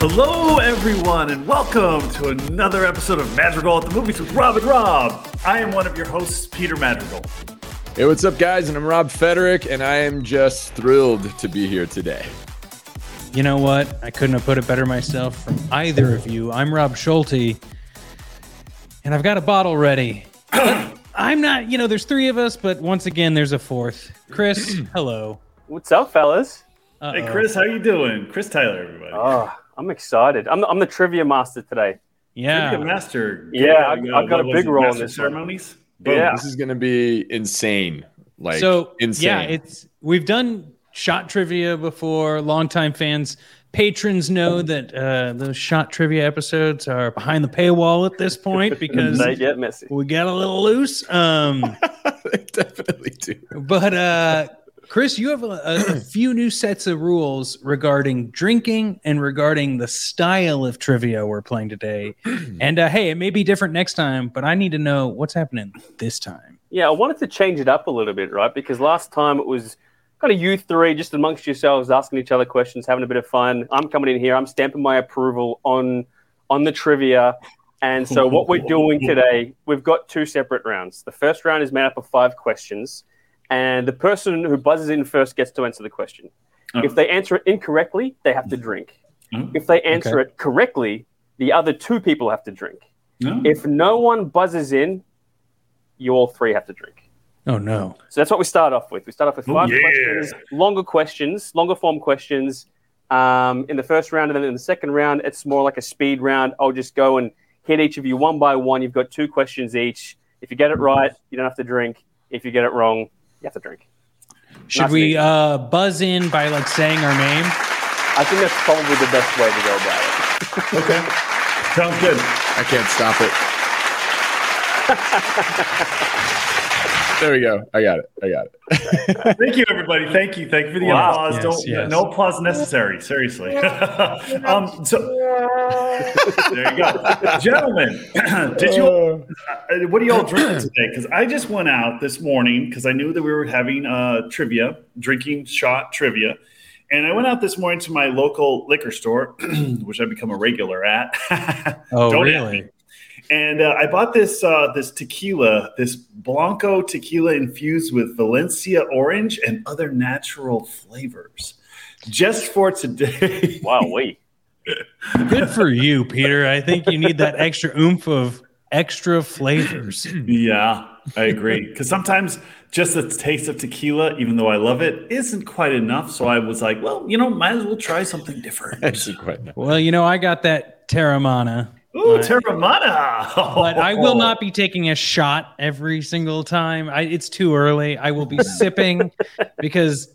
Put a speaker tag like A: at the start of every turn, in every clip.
A: Hello, everyone, and welcome to another episode of Madrigal at the Movies with Rob and Rob. I am one of your hosts, Peter Madrigal.
B: Hey, what's up, guys? And I'm Rob Federick, and I am just thrilled to be here today.
C: You know what? I couldn't have put it better myself from either of you. I'm Rob Schulte, and I've got a bottle ready. But I'm not, you know, there's three of us, but once again, there's a fourth. Chris, hello.
D: What's up, fellas?
C: Uh-oh.
A: Hey, Chris, how you doing? Chris Tyler, everybody.
D: Oh, I'm excited. I'm, I'm the trivia master today.
A: You're the
C: Yeah.
A: master.
D: Yeah,
A: you
D: I've- I've got a
A: what was
D: big
A: it,
D: role in
A: master
D: this one.
A: ceremonies.
D: Yeah.
B: This is going to be insane. Like,
C: so
B: insane.
C: yeah, it's we've done shot trivia before. Longtime fans, patrons know that uh, those shot trivia episodes are behind the paywall at this point because
D: They get messy.
C: we got a little loose. Um,
B: they definitely do.
C: But uh, Chris, you have a, a, a few new sets of rules regarding drinking and regarding the style of trivia we're playing today. And uh, hey, it may be different next time, but I need to know what's happening this time.
D: Yeah, I wanted to change it up a little bit, right? Because last time it was kind of you three just amongst yourselves asking each other questions, having a bit of fun. I'm coming in here, I'm stamping my approval on on the trivia. And so what we're doing today, we've got two separate rounds. The first round is made up of five questions, and the person who buzzes in first gets to answer the question. If they answer it incorrectly, they have to drink.
A: Oh.
D: If they answer it correctly, the other two people have to drink.
A: No?
D: If no one buzzes in, you all three have to drink.
C: Oh no!
D: So that's what we start off with. We start off with
A: Oh,
D: five
A: yeah.
D: questions, longer questions, longer form questions um, in the first round. And then in the second round, it's more like a speed round. I'll just go and hit each of you one by one. You've got two questions each. If you get it right, you don't have to drink. If you get it wrong, you have to drink.
C: Should
D: Nothing.
C: we uh, buzz in by like saying our name?
D: I think that's probably the best way to go about it.
A: okay. Sounds good.
B: I can't stop it. there we go. I got it. I got it.
A: Thank you, everybody. Thank you. Thank you for the
D: Wow.
A: applause.
C: Yes,
A: Don't,
C: yes.
A: No applause necessary. Seriously. um, so there you go, gentlemen. did you Uh, what are y'all drinking today? Because I just went out this morning because I knew that we were having uh, trivia, drinking shot trivia. And I went out this morning to my local liquor store, which I've become a regular at.
C: Oh
A: Don't at
C: really?
A: and uh, I bought this uh, this tequila, this Blanco tequila infused with Valencia orange and other natural flavors, just for today.
D: Wow, we.
C: Good for you, Peter. I think you need that extra oomph of extra flavors.
A: Yeah, I agree. Because sometimes just the taste of tequila, even though I love it, isn't quite enough. So I was like, well, you know, might as well try something different.
B: Actually, quite nice.
C: Well, you know, I got that Terramana.
A: Ooh, Terramana.
C: but I will not be taking a shot every single time. I, it's too early. I will be sipping because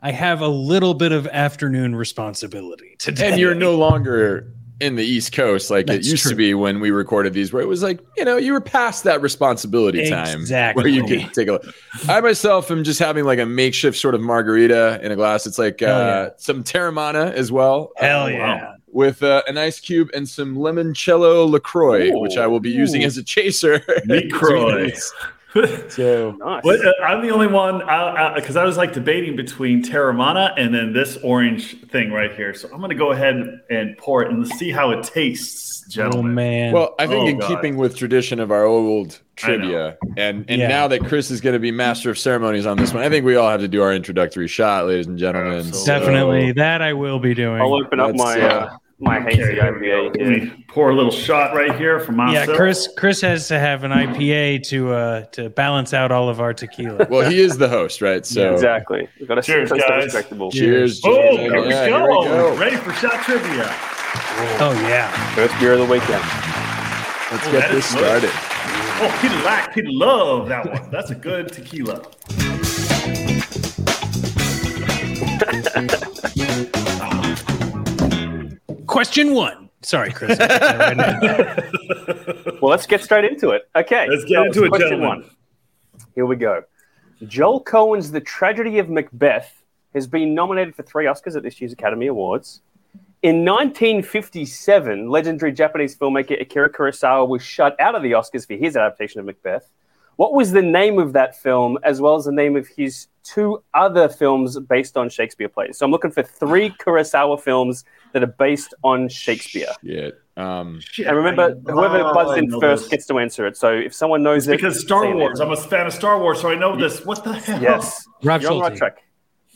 C: I have a little bit of afternoon responsibility today.
B: And you're no longer in the East Coast like
C: That's
B: it used
C: true.
B: to be when we recorded these, where it was like, you know, you were past that responsibility time.
C: Exactly.
B: Where you could take a look. I myself am just having like a makeshift sort of margarita in a glass. It's like uh,
C: Hell yeah.
B: some Terramana as well.
C: Hell
B: uh,
C: yeah.
B: With uh, an ice cube and some limoncello LaCroix, which I will be using
C: Ooh.
B: as a chaser.
A: LaCroix.
B: so,
D: Nice.
A: But, uh, I'm the only one because I, because I was like debating between Terramana and then this orange thing right here. So I'm going to go ahead and pour it and let's see how it tastes,
C: Oh,
A: gentlemen.
C: man.
B: well, I think
A: Oh,
B: in
A: God.
B: keeping with tradition of our old
A: I know.
B: trivia, and, and
C: Yeah.
B: now that Chris is going to be master of ceremonies on this one, I think we all have to do our introductory shot, ladies and gentlemen.
A: Absolutely.
C: definitely that I will be doing.
D: I'll open up
B: Let's,
D: my
B: uh,
D: uh, my hazy
A: Okay, here we go.
D: IPA.
A: Let
D: here.
A: me pour a little shot right here for
C: yeah,
A: myself.
C: Chris. Chris has to have an IPA to uh, to balance out all of our tequila.
B: Well, he is the host, right? So,
D: Exactly. We've got to
A: Cheers,
D: stay
A: guys.
D: respectable.
B: cheers.
A: Oh,
B: cheers.
A: there we
B: Yeah,
A: go.
B: here we go.
A: Ready for shot trivia.
C: oh yeah.
D: First beer of the weekend.
B: Let's
A: Oh,
B: get
A: that
B: this
A: is nice.
B: started.
A: Oh, Peter like, Peter love that one. That's a good tequila.
C: Question one. Sorry, Chris. I got that right now.
D: Well, let's get straight into it. Okay.
A: Let's get
D: so
A: into it,
D: question
A: gentlemen.
D: Here we go. Joel Cohen's The Tragedy of Macbeth has been nominated for three Oscars at this year's Academy Awards. In 1957, legendary Japanese filmmaker Akira Kurosawa was shut out of the Oscars for his adaptation of Macbeth. What was the name of that film, as well as the name of his two other films based on Shakespeare plays? So I'm looking for three Kurosawa films that are based on Shakespeare.
B: Shit. Um,
A: Shit,
D: And remember,
A: Ah, I
D: whoever
A: know
D: buzzed in
A: oh, this.
D: first gets to answer it. So if someone knows
A: It's
D: it,
A: because Star
D: say it.
A: Wars. I'm oh. a fan of Star Wars, so I know this. What the hell?
D: Yes.
C: Rob
D: You're on the right
C: Schulte.
D: track.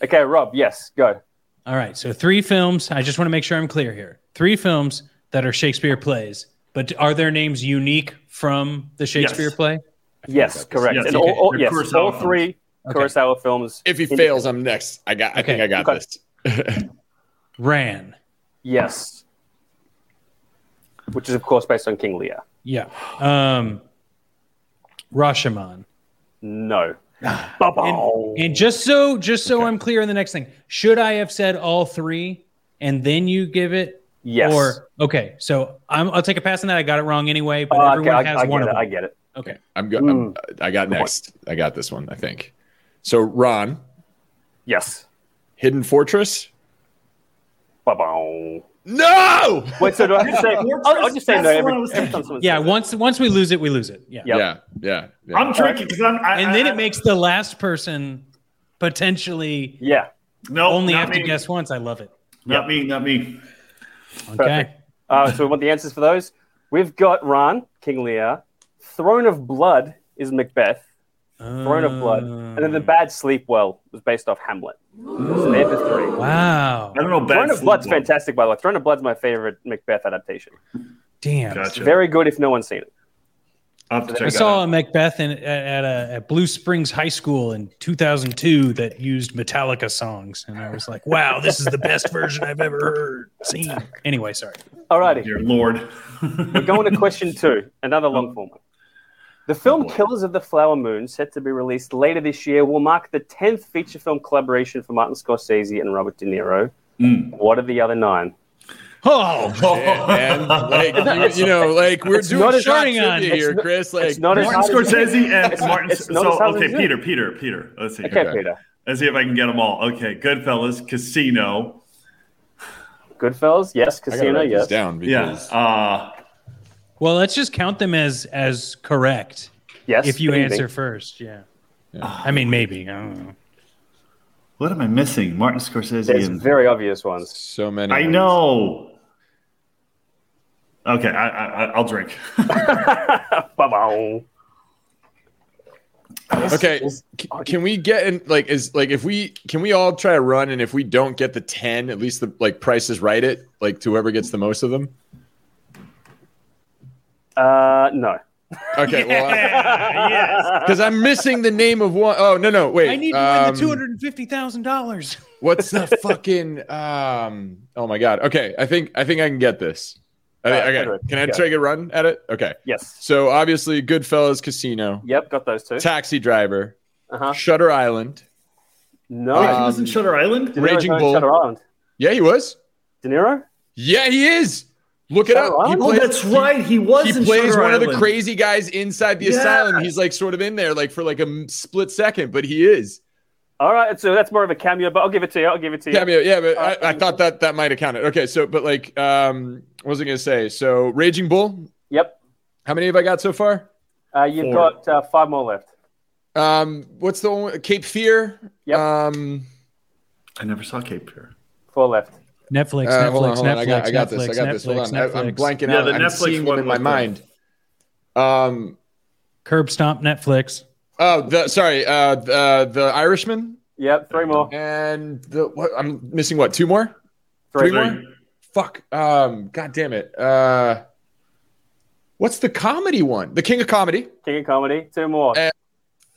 D: Okay, Rob, yes, go.
C: All right, so three films. I just want to make sure I'm clear here. Three films that are Shakespeare plays, but are their names unique from the Shakespeare
A: Yes.
C: play?
D: Yes, correct.
A: Yes,
D: and
C: okay.
D: all, all,
A: They're
D: yes,
A: Kurosawa
D: all
A: films.
D: three
C: Okay.
D: Kurosawa films.
B: if he
D: Independent.
B: fails, I'm next. I got. I think I got
D: Okay.
B: this.
C: Ran.
D: Yes. Which is, of course, based on King Lear.
C: Yeah. Um, Rashomon.
D: No.
C: And, and just so just so I'm clear on the next thing, should I have said all three and then you give it?
D: yes.
C: Or okay, so I'm, I'll take a pass on that. I got it wrong anyway, but
D: Oh, okay,
C: everyone
D: I,
C: has
D: I
C: one of
D: get it.
C: them.
D: I get it.
C: okay.
B: I'm good.
A: Hmm.
B: I'm, I got
D: Good
B: next. I got this one. I think. So Ron,
D: Yes.
B: Hidden Fortress.
D: Ba-boom.
B: No.
D: Wait, so do I have to say? I'll, I'll just say
A: That's
D: no
A: the
D: every,
A: one I was
D: every time someone
C: Yeah.
D: says
C: Once once we lose it, we lose it. Yeah.
D: Yep.
B: Yeah. Yeah. yeah.
A: I'm tricky because I'm. I,
C: And then
A: I-
C: it makes the last person potentially
D: it. Yeah.
A: no,
C: only
A: not
C: have
A: me,
C: to guess once. I love it.
A: Not me. Not me.
C: Okay.
D: Perfect. Uh, so we want the answers for those. We've got Ron, King Lear. Throne of Blood is Macbeth. Throne of
C: Oh,
D: Blood. And then The
B: Mm.
D: Bad Sleep Well was based off Hamlet. So they're the three.
C: Wow.
A: I don't know.
D: Throne
A: Bad
D: of Blood's
A: Sleep
D: fantastic, by the way. Throne of Blood's my favorite Macbeth adaptation.
C: Damn.
A: Well. Gotcha.
D: Very good if no one's seen it.
A: I'll have to check
C: I
A: that
C: saw
A: out.
C: a Macbeth in, at, at, a, at Blue Springs High School in 2002 that used Metallica songs, and I was like, "Wow, this is the best version I've ever heard." Seen. Anyway, sorry.
D: Alrighty,
A: Dear Lord.
D: we're going to question two, another
B: Oh.
D: long form one. The film
A: boy.
D: Killers of the Flower Moon, set to be released later this year, will mark the 10th feature film collaboration for Martin Scorsese and Robert De Niro.
B: Hmm.
A: Mm.
D: What are the other nine?
C: Oh,
B: Yeah, man. Like,
D: That's
B: you, you know, like we're
C: It's
B: doing
C: not as
B: shot
C: hard
B: trivia
C: on- it's
B: here,
D: not-
B: Chris. Like,
D: it's not as
A: Martin
D: hard as-
A: Scorsese and
D: It's not-
A: Martin.
D: it's not as
A: So
D: hard as
A: okay,
D: it is.
A: Peter. Peter. Peter. Let's see.
D: Okay,
B: Okay.
D: Peter.
A: Let's see if I can get them all. Okay. Goodfellas. Casino.
D: Goodfellas, yes.
B: I gotta
D: Casino,
B: write this
D: yes.
B: down
A: Yeah.
B: because
A: Uh,
C: well, let's just count them as as correct
D: Yes.
C: if you
D: what do
C: answer
D: think?
C: first. Yeah. I mean, maybe. I don't know.
A: what am I missing? Martin Scorsese.
D: There's
A: and-
D: very obvious ones.
B: so many.
A: I
B: ones.
A: know. Okay, I, I, I- I'll drink.
D: Ba-boom.
B: Okay, c- can we get in? Like, is like if we can we all try to run, and if we don't get the ten, at least the like Price is Right. It like to whoever gets the most of them.
D: Uh, no.
B: Okay, well,
A: yes.
B: because I'm missing the name of one oh no, no, wait.
C: I need to win
B: um, Uh,
C: the two hundred and fifty thousand dollars.
B: What's the fucking? Um, oh my god. Okay, I think I think I can get this. I think-
D: Uh,
B: okay,
D: good.
B: can I
D: Go.
B: take a run at it? Okay.
D: Yes.
B: So obviously, Goodfellas Casino,
D: Yep, got those two.
B: Taxi Driver,
D: Uh-huh.
B: Shutter Island.
D: No.
A: Wait, he
B: Um,
A: was in Shutter Island?
D: De Niro's
B: Raging
D: not in
B: Bull.
D: Shutter Island.
B: Yeah, he was.
D: De Niro?
B: Yeah, he is. Look it
D: Shutter
B: up. He
D: Island?
A: Oh,
B: plays-
A: that's right. He was
B: he
A: in
B: plays
A: Shutter
B: one of the
A: Island.
B: crazy guys inside the
A: Yeah.
B: asylum. He's like sort of in there, like for like a m- split second, but he is.
D: All right, so that's more of a cameo, but I'll give it to you. I'll give it to you.
B: Yeah, I mean, yeah, but I, I
D: Uh,
B: thought that that might have counted. Okay, so but like, um, what was I gonna say? So Raging Bull.
D: Yep.
B: How many have I got so far?
D: Uh, you've
A: Four.
D: got uh, five more left.
B: Um, what's the one? Cape Fear.
D: Yep.
B: Um,
A: I never saw Cape Fear.
D: Four left.
C: Netflix,
B: uh,
C: Netflix,
B: hold on, hold on.
C: Netflix,
B: I got, I got
C: Netflix,
B: this. I got this. Hold
C: Netflix,
B: on. I, am
C: Netflix.
B: blanking
A: Yeah,
B: out.
A: the
B: I'm
A: Netflix
B: seeing them
A: one
B: in my
A: was
B: mind. Um.
C: Curb stomp Netflix.
B: Oh, the sorry. Uh, the the Irishman
D: Yep, three more.
B: and the what? I'm missing what? Two more. Three
D: Three.
B: more? Fuck. Um. God damn it. Uh. What's the comedy one? The King of Comedy.
D: King of Comedy, two more.
B: Uh,
D: Which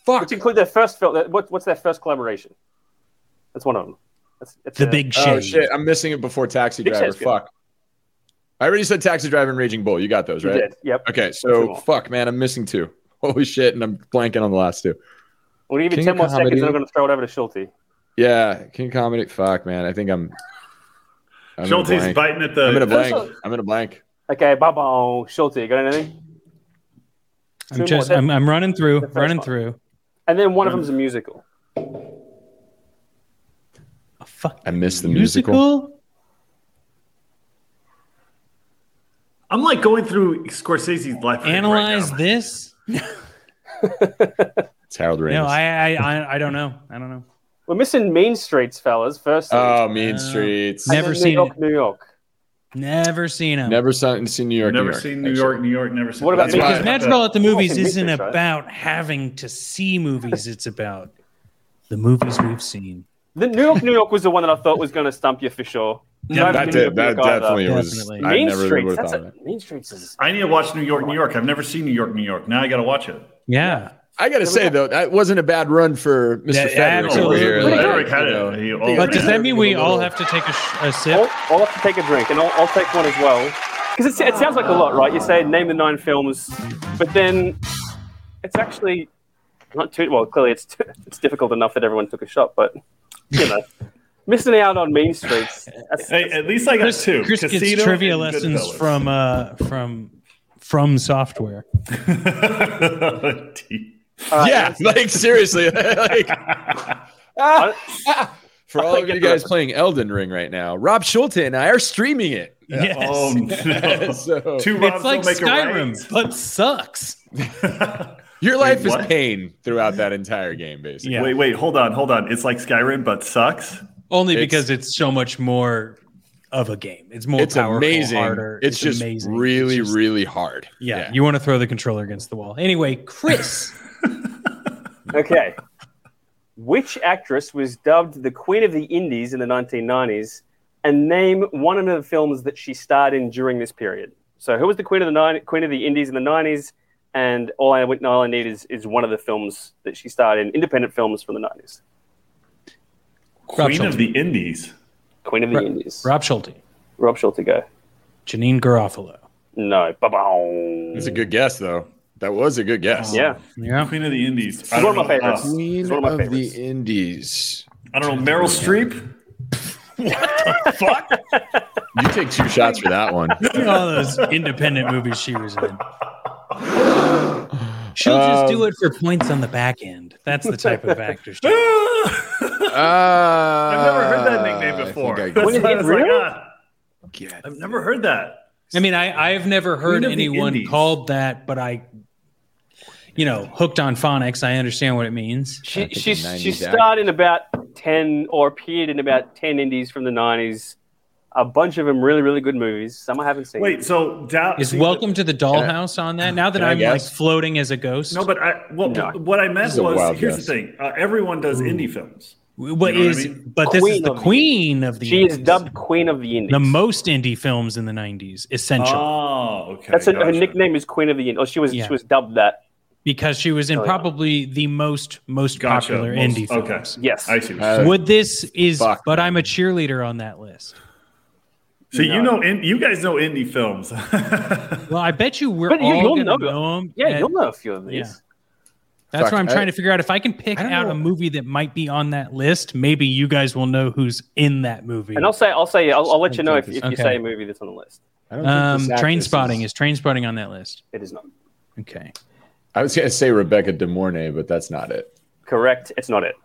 B: Fuck.
D: include their first film. that- What, what's their first collaboration? That's one of them. That's, it's
C: The
D: uh,
C: Big Shade.
B: Oh shit! I'm missing it before Taxi
D: Big
B: Driver.
D: Shit's good.
B: Fuck. I already said Taxi Driver and Raging Bull. You got those
D: You
B: right.
D: did. Yep.
B: Okay,
D: Two
B: so
D: more.
B: fuck, man, I'm missing two. Holy shit, and I'm blanking on the last two.
D: We'll give you
B: King
D: ten
B: of
D: more
B: Comedy.
D: seconds, and I'm going to throw it over to Schulte.
B: Yeah, King Comedy. Fuck, man, I think I'm. I'm in a
A: Schulte's
B: blank.
A: biting at the.
B: I'm in a blank.
D: Also-
B: I'm in a blank.
D: Okay, bye bye. Schulte, you got anything?
C: I'm
D: Two
C: just,
D: more.
C: I'm, I'm running through,
D: first
C: running
D: one.
C: through.
D: And then one of them's a musical.
C: Oh, fuck.
B: I missed the musical.
A: I'm like going through Scorsese's life.
C: Analyze this.
B: It's Harold Ramis.
C: No, I, I, I, I don't know. I don't know.
D: We're missing Mean Streets, fellas. First,
B: oh, Mean
C: Uh,
B: Streets.
C: Never
D: New
C: seen
D: York,
C: it.
D: New York.
C: Never seen him.
B: Never saw, seen New York.
A: never
B: New York,
A: seen New
B: actually.
A: York, New York, never seen
D: What about
A: That's
D: me?
A: why-
D: Because
C: Magical at the
D: Oh,
C: movies
D: okay,
C: isn't
D: research, right?
C: about having to see movies. It's about the movies we've seen.
D: The New York, New York was the one that I thought was going to stump you for sure.
A: Yeah,
D: No,
A: that
D: New
B: That,
A: did-
D: York,
B: did,
D: New
B: that
D: York either.
B: definitely was.
C: Definitely.
B: I
D: Mean
B: never
D: Streets.
B: would have
D: That's
B: thought of
D: a,
B: it.
D: mean Streets is
A: I need to watch New York, New York. I've never seen New York, New York. Now I got to watch it.
C: Yeah.
B: I gotta say though, that wasn't a bad run for Mr.
C: Yeah,
B: Federer over
C: absolutely.
B: here.
D: Pretty
B: Like,
D: good.
A: Eric had
B: you
A: it.
B: know,
A: He-
B: I think
A: oh,
B: it's
C: But does that mean we
B: a
C: all
B: little-
C: have to take a, sh- a
D: I'll,
C: sip?
D: I'll have to take a drink, and I'll, I'll take one as well. Because it sounds like a lot, right? You say name the nine films, but then it's actually not too well. Clearly, it's it's difficult enough that everyone took a shot, but you know, missing out on Mean Streets. That's,
A: Hey, at least I got
C: Chris,
A: two.
C: Chris
A: Casino
C: gets trivia
A: and
C: lessons
A: Goodfellas.
C: from uh, from from software.
D: all right,
B: Yeah, like seriously, like ah, ah. for all of you guys playing Elden Ring right now, Rob Schulte and I are streaming it.
C: Yes.
A: Oh, no.
B: so
A: Two Robs
C: it's like
A: don't make
C: Skyrim, but sucks.
A: a right.
B: your life
A: Wait,
B: is
A: what?
B: pain throughout that entire game, basically.
C: Yeah.
A: Wait, wait, hold on, hold on. It's like Skyrim, but sucks.
C: Only
B: It's-
C: because it's so much more of a game. It's more
B: It's
C: powerful,
B: amazing.
C: harder.
B: It's, just
C: amazing. It's
B: really,
C: just-
B: really hard.
C: yeah, You want to throw the controller against the wall. Anyway, Chris.
D: Okay. Which actress was dubbed the Queen of the Indies in the 1990s? And name one of the films that she starred in during this period. So, who was the Queen of the nine, Queen of the Indies in the 90s? And all I, all I need is, is one of the films that she starred in, independent films from the 90s.
C: Rob
A: Queen
C: Schulte.
A: of the Indies.
D: Queen of the
C: Right.
D: Indies. Rob,
C: Rob Schulte.
D: Schulte go.
C: Janine Garofalo.
D: No.
B: It's
D: Ba-boom.
B: a good guess, though. That was a good guess.
D: Yeah.
C: Yeah.
A: Queen of the Indies.
D: One of
A: know,
D: my
A: uh,
D: favorites.
B: Queen
D: It's one of my
B: of, the
D: favorites.
B: Indies.
A: I don't know. Meryl Streep.
B: You take two shots for that one.
C: Look at all those independent movies she was in. She'll just do
B: Um,
C: it for points on the back end. That's the type of actor she is.
A: I've
B: I've
A: never heard that nickname before.
B: Uh, I
A: That's
D: Queen of
A: why
D: the
A: I was like,
D: Indies?
A: ah,
B: get it.
A: I've never heard that.
C: I mean, I, I've never heard
A: Queen of the
C: anyone
A: Indies.
C: called that, but I, you know, hooked on phonics. I understand what it means.
D: She,
B: think of
D: she, she
B: 90s
D: starred in about 10 or appeared in about 10 indies from the 90s. A bunch of them really, really good movies. Some I haven't seen.
A: Wait, so doubt
C: Is Welcome to the
B: I-
C: Dollhouse on that? Now that
B: can I
C: I'm like
B: guess?
C: floating as a ghost,
A: No, but I well,
D: No.
A: what I
B: This
A: meant
B: is a wild
A: was here's
B: guess.
A: the thing. Uh, everyone does indie films.
C: what
A: You know what I
C: is?
A: mean?
C: But this is
D: Queen
C: the queen of
D: of the-
C: the.
D: She is
C: Indies.
D: dubbed Queen of the Indies.
C: the most indie films in the '90s, essentially,
D: Uh,
A: Oh, okay.
D: That's her, her
A: gotcha.
D: nickname is Queen of the Indies. Oh, she was
C: Yeah.
D: she was dubbed that.
C: because she was in
D: Oh, yeah.
C: probably the most most
A: Gotcha.
C: popular
A: Most-
C: indie
A: okay.
C: films.
D: Yes.
A: I see. what you're
B: Uh,
A: saying.
C: Would this is?
B: Fuck.
C: But I'm a cheerleader on that list.
A: so you
D: no.
A: know, in, you guys know indie films.
C: Well, I bet you we're
D: But you-
C: all
D: you'll
C: gonna know,
D: know.
C: them.
D: yeah,
C: and
D: you'll know a few of these.
C: That's
B: Fuck,
C: what I'm
B: I-
C: trying to figure out. If I can pick
B: I don't
C: out
B: know.
C: a movie that might be on that list, maybe you guys will know who's in that movie.
D: And I'll say I'll say I'll, I'll let you know if, if
C: Okay.
D: you say a movie that's on the list.
B: I don't think
C: um,
B: this actress
C: Train Spotting is Train Spotting on that list.
D: It is not
C: Okay.
B: I was gonna say Rebecca De Mornay, but that's not it.
D: correct. It's not it.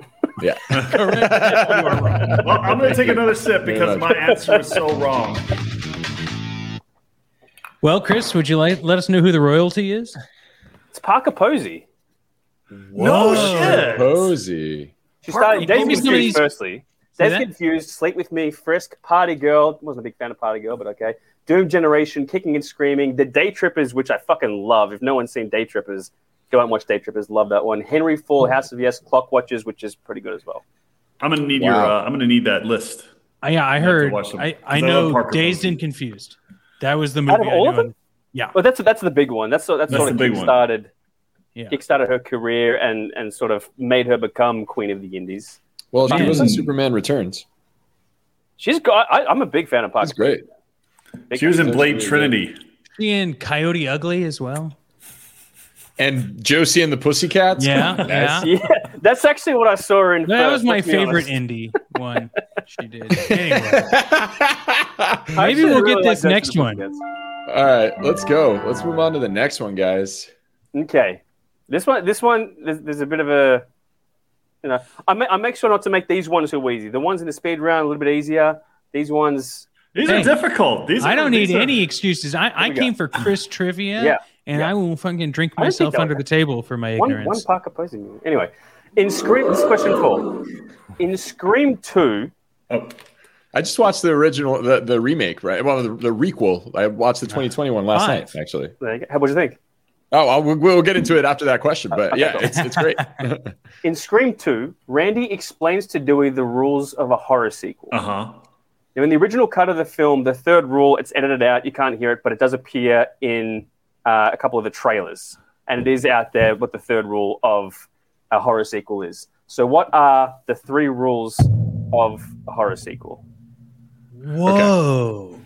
B: Yeah.
A: well, I'm going to take another sip because my answer is so wrong.
C: Well, Chris, would you like let us know who the royalty is?
D: It's Parker Posey.
A: No shit.
B: Posey.
D: She
A: Parker
D: started Days
A: Posey.
D: Confused
C: Somebody's-
D: firstly.
C: Say
D: Days
C: that?
D: Confused, Sleep With Me, Frisk, Party Girl. Wasn't a big fan of Party Girl, but okay. Doom Generation, Kicking and Screaming, The Day Trippers, which I fucking love. If no one's seen Day Trippers, go out and watch Day Trippers. Love that one. Henry Full,
C: Hmm.
D: House of Yes, Clock Watchers, which is pretty good as well.
A: I'm going to need your.
B: Wow.
A: Uh, I'm going to need that list.
C: I, yeah, I
A: have to
C: heard.
A: watch them,
C: I,
A: 'cause
C: I
A: I love
C: know
A: Parker
C: Dazed
A: Posey.
C: and Confused. That was the movie.
D: of
C: I
D: all
C: knew
D: of them?
C: on- Yeah.
D: Well, that's that's the big one. That's sort that's,
A: That's
D: sort of
A: the big one.
D: kickstarted
C: Yeah.
D: kickstarted her career and and sort of made her become queen of the indies.
B: Well, she
C: Man.
B: was in Superman Returns.
D: She's got. I, I'm a big fan of Parker.
B: That's great.
D: Big
A: She was
D: fan.
A: in Blade Trinity.
C: She in Coyote Ugly as well.
B: And Josie and the Pussycats.
C: Yeah.
B: Nice.
C: yeah.
D: Yeah, that's actually what I saw her in.
C: That
A: Uh,
D: first,
C: was my
D: let's be
C: favorite
D: honest.
C: indie one she did. Anyway,
D: I
C: Maybe
D: actually
C: we'll get
D: really
C: this
D: like Days
C: next
D: of the
C: one.
D: Pussycats.
B: All right, let's go. Let's move on to the next one, guys.
D: Okay, this one, this one, there's, there's a bit of a, you know, I, ma- I make sure not to make these ones so easy. The ones in the speed round a little bit easier. These ones,
A: These
C: Hey,
A: are Oh difficult. These are,
C: I don't
A: these
C: need
A: are-
C: any excuses. I, I
D: we go.
C: came for Chris trivia
D: Yeah.
C: and
D: Yeah.
C: I will fucking drink
D: I don't think
C: myself
D: that
C: under
D: would
C: the table for my
D: One,
C: ignorance.
D: one park opposing you. Anyway, in Scream, this is question four. In Scream 2,
A: Oh,
B: I just watched the original, the, the remake, right? Well, the, the requel. I watched the 2021 last
C: Five.
B: night, actually.
D: there you go. How- what'd you think?
B: Oh, I'll, we'll- we'll get into it after that question, but
D: Okay,
B: yeah,
D: cool.
B: it's, it's great.
D: In Scream 2, Randy explains to Dewey the rules of a horror sequel.
A: uh huh.
D: Now, in the original cut of the film, the third rule, it's edited out. You can't hear it, but it does appear in uh, a couple of the trailers. And it is out there what the third rule of a horror sequel is. So, what are the three rules of a horror sequel?
C: Whoa.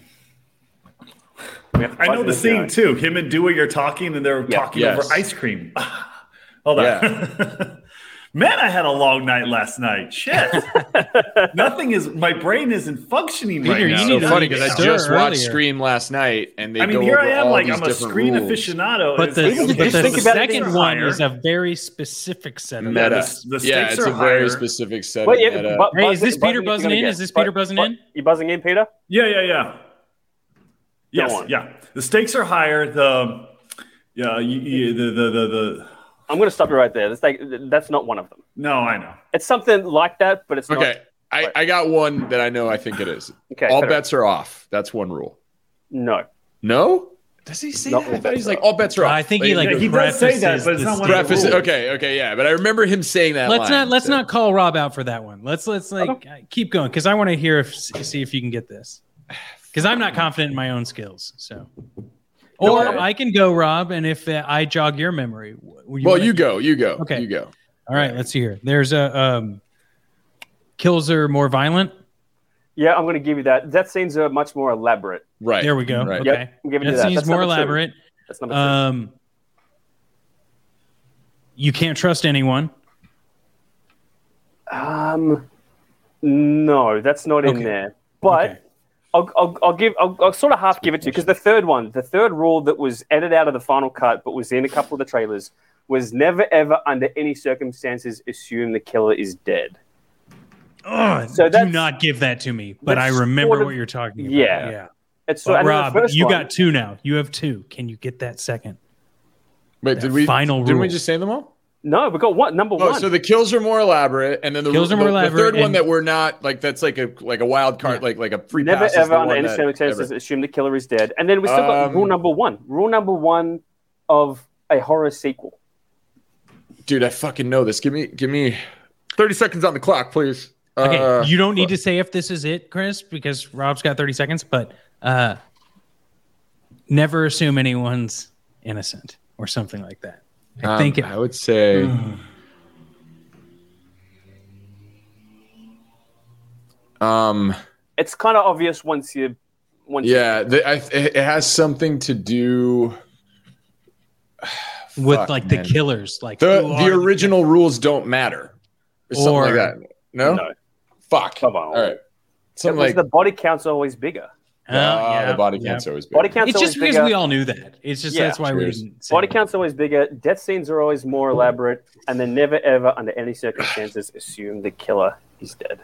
D: We have to
A: I know
D: find
A: the
D: this
A: scene
D: out.
A: too. Him and Dewey are talking, and they're
D: Yeah.
A: talking
B: Yes.
A: over ice cream. Hold on. Man, I had a long night last night. Shit. Nothing is. My brain isn't functioning
C: Peter,
A: right
C: you
A: now.
B: so
C: need to
B: funny because I
C: stir
B: just watched
C: earlier.
B: Scream last night, and they
A: I mean,
B: go
A: here
B: over
A: I am,
B: all
A: like
B: these
A: I'm a
B: different
A: screen
B: rules.
A: aficionado.
C: But
A: It's-
C: the,
D: Even if
C: but
D: you
C: the
D: think about it,
C: second
D: it's
C: one
A: higher.
C: is a very specific set of
B: Meta.
A: the
B: yeah,
A: stakes
B: it's
A: are
B: a very
A: higher.
B: specific set.
D: Wait,
B: of
D: yeah,
B: meta.
D: bu-
C: Hey, is
D: buzz it-
C: this Peter
D: if you're
C: buzzing
D: gonna
C: in?
D: guess.
C: Is this
D: Bu-
C: Peter buzzing
D: bu-
C: in?
D: You buzzing in, Peter?
A: Yeah, yeah, yeah. Yes,
D: on.
A: yeah. The stakes are higher. The yeah, you, you, the, the the the.
D: I'm going to stop you right there. That's, like, that's not one of them.
A: No, I know.
D: It's something like that, but it's
B: okay, I,
D: Right.
B: I got one that I know. I think it is.
D: not. Okay.
B: all
D: Peter.
B: bets are off. That's one rule.
D: No.
B: No, does he say
D: Not
B: that?
D: all
B: I thought he's
D: bets
B: like
D: are
B: all bets are off.
C: I think he like
A: Yeah, he does
C: prefaces
A: say that, but it's
C: the
A: not one of the
B: preface.
A: rules.
B: Okay, okay, yeah, but I remember him saying that.
C: let's
B: line.
C: not let's
B: So-
C: not call Rob out for that one. Let's let's like uh, keep going because I want to hear if see if you can get this because I'm not confident in my own skills. So, or
B: Okay.
C: I can go Rob, and if uh, I jog your memory, w- will
B: Well,
C: wanna-
B: you go, you go,
C: Okay.
B: you go.
C: All right, let's hear. There's a um, kills are more violent.
D: Yeah, I'm going to give you that. Death scenes are much more elaborate.
B: Right
C: There we go.
B: Right.
C: Okay,
D: I'm giving you
C: that
D: that.
C: seems
D: That's
C: more
D: number two.
C: elaborate.
D: That's number two.
C: Um, you can't trust anyone.
D: Um, no, that's not in
C: Okay.
D: there. But
C: Okay.
D: I'll, I'll, I'll give I'll, I'll sort of half give it to you because the third one, the third rule that was edited out of the final cut but was in a couple of the trailers was never ever under any circumstances assume the killer is dead.
C: Oh,
D: So
C: do
D: that's-
C: not give that to me. But I
D: that's
C: remember
D: sort of-
C: what you're talking about.
D: Yeah.
C: yeah.
D: It's so
C: But
D: and then the
C: Rob,
D: first
C: you
D: one-
C: got two now. You have two. Can you get that second?
B: Wait,
C: That
B: did we
C: final
B: Didn't we
C: rule.
B: just say them all?
D: no, we got one number
B: Oh,
D: one.
B: so the kills are more elaborate, and then the
C: Kills
B: the,
C: are more
B: the
C: elaborate
B: third one
C: and-
B: that we're not like that's like a like a wild card,
C: Yeah.
B: like like a free
D: never
B: pass. is
D: ever
B: the
D: under
B: one
D: any
B: that-
D: circumstances
B: ever.
D: assume the killer is dead. And then we still got
B: Um,
D: rule number one. Rule number one of a horror sequel.
B: Dude, I fucking know this. Give me give me thirty seconds on the clock, please.
C: Okay,
B: Uh,
C: you don't need to say if this is it, Chris, because Rob's got 30 seconds, but uh never assume anyone's innocent or something like that. I
B: um,
C: think it,
B: I would say. um.
D: It's kind of obvious once you once you
B: Yeah, the, I, it it has something to do.
C: with
B: fuck,
C: like
B: man.
C: the killers like
B: the
C: who
B: The
C: are-
B: original rules don't matter, or, something
C: Or-
B: like that. No,
D: No.
B: fuck.
D: Come on.
B: All right,
D: It
B: something
D: was
B: like
D: the body counts are always bigger.
C: Oh,
B: Ah,
C: yeah,
B: the body
C: yeah.
B: counts are always big.
D: Body counts.
C: It's
D: are
C: just
D: always
C: because
D: bigger.
C: we all knew that. It's just
D: Yeah.
C: that's why
B: Cheers.
C: we didn't say
D: Body
C: it.
D: counts are always bigger. Death scenes are always more elaborate, and then never ever under any circumstances assume the killer is dead.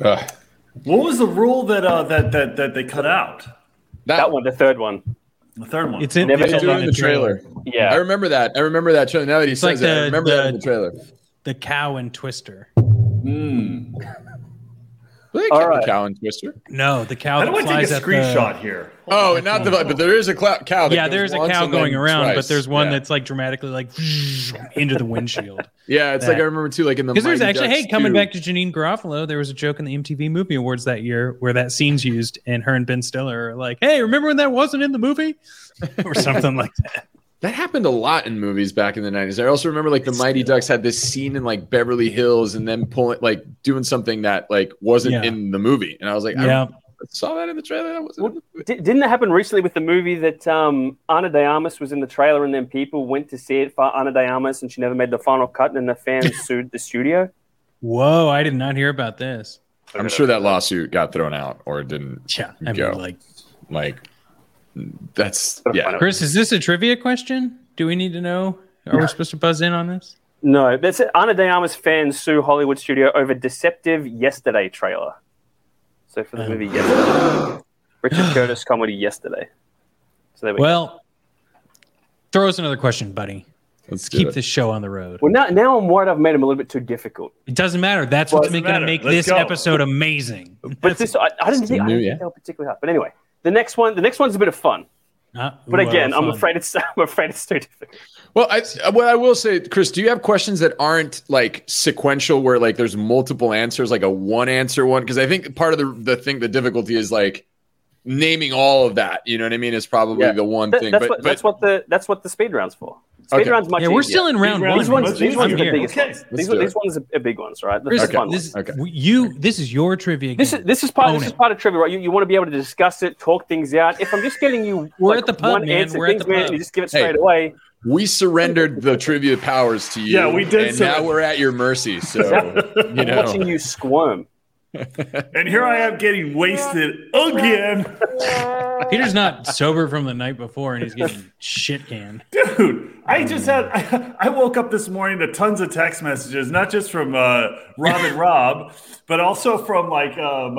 B: Ugh. that,
A: What was the rule that uh, that that that they cut out?
D: That one, the third one.
A: The third one.
C: It's in,
D: Never
C: it's
B: They
D: said
B: do
C: all
B: it in the trailer. I
D: Yeah.
B: remember that. I remember that trailer. Now that he
C: It's
B: says
C: like
B: it, I
C: the-
B: remember that in
C: the-
B: the trailer.
C: The cow and Twister.
A: Hmm.
B: Well, they
D: All
B: kept the
D: right.
B: cow and Twister.
C: No, the cow
A: How
C: that
A: do I
C: flies
A: take a
C: at the-
A: screenshot here?
B: Oh, and not the but there is a clou- cow. That
C: yeah,
B: goes
C: there's a
B: once
C: cow
B: and then
C: going around,
B: twice.
C: but there's one
B: Yeah.
C: that's like dramatically like into the windshield.
B: yeah. It's like
C: that.
B: I remember too, like in the
C: Because there's
B: Mighty
C: actually, hey,
B: Ducks
C: coming
B: 2.
C: back to Janine Garofalo, there was a joke in the MTV Movie Awards that year where that scene's used, and her and Ben Stiller are like, hey, remember when that wasn't in the movie? or something like that.
B: That happened a lot in movies back in the 90s. I also remember like the Mighty Ducks had this scene in like Beverly Hills and then pulling like doing something that like wasn't
C: Yeah.
B: in the movie. And I was like, I
C: Yeah.
B: saw that in the trailer. That wasn't in the movie.
D: Di- didn't that happen recently with the movie that um, Ana de Armas was in the trailer, and then people went to see it for Ana de Armas, and she never made the final cut, and then the fans sued the studio.
C: Whoa, I did not hear about this.
B: I'm sure that lawsuit got thrown out or didn't
C: Yeah. I mean,
B: Go.
C: like,
B: like that's
D: Gotta
B: yeah.
D: find out.
C: Chris, is this a trivia question? Do we need to know? Are we supposed to buzz in on this?
D: No, that's it. Ana de Armas fans sue Hollywood studio over deceptive yesterday trailer. So for the
C: Oh.
D: movie yesterday, Richard Curtis comedy yesterday. So there we go.
C: Well, Throw us another question, buddy.
B: Let's do
C: Keep
B: it.
C: this show on the road.
D: Well, now, now I'm worried I've made him a little bit too difficult.
C: It doesn't matter. That's
D: Well,
C: what's
A: doesn't
C: going to
A: matter.
C: make
A: Let's
C: this
A: go.
C: episode amazing.
D: But this, I, I didn't think, I
B: new,
D: didn't
B: yeah.
D: think they were particularly hard. But anyway, the next one, the next one's a bit of fun.
C: Uh,
D: But
C: ooh,
D: again,
C: uh,
D: I'm
C: fun.
D: afraid it's I'm afraid it's too difficult.
B: Well, I, what I will say, Chris, do you have questions that aren't like sequential, where like there's multiple answers, like a one answer one? Because I think part of the the thing, the difficulty is like naming all of that. You know what I mean? Is probably
D: Yeah.
B: the one
D: That-
B: thing.
D: that's
B: but
D: what
B: but
D: that's what the that's what the speed rounds for. Speed
B: Okay.
D: rounds much
C: Yeah, we're
D: easier.
C: still in round
A: Round
C: one.
D: These ones,
A: Much
D: these ones are
A: easier.
D: the biggest
A: Okay.
D: ones.
B: Let's
D: These,
B: do
D: one-
B: it.
D: these ones are big ones, right? The
C: Chris,
D: first one.
C: this,
B: Okay.
C: you. This is your trivia. Game.
D: This is this is part
C: Own
D: this is
C: it.
D: part of trivia, right? You, you want to be able to discuss it, talk things out. If I'm just getting you
C: We're
D: like,
C: at the pub,
D: one
C: man.
D: answer,
C: We're at
D: things,
C: the
D: man,
C: pub.
D: and you just give it
B: Hey.
D: straight away.
B: we surrendered the trivia powers to you.
A: Yeah, we did
B: And
A: so-
B: now we're at your mercy. So you
D: I'm
B: know,
D: watching you squirm.
A: And here I am getting wasted again.
C: Peter's not sober from the night before, and he's getting shit canned.
A: Dude, I just had, I, I woke up this morning to tons of text messages, not just from uh, Rob and Rob, but also from like um,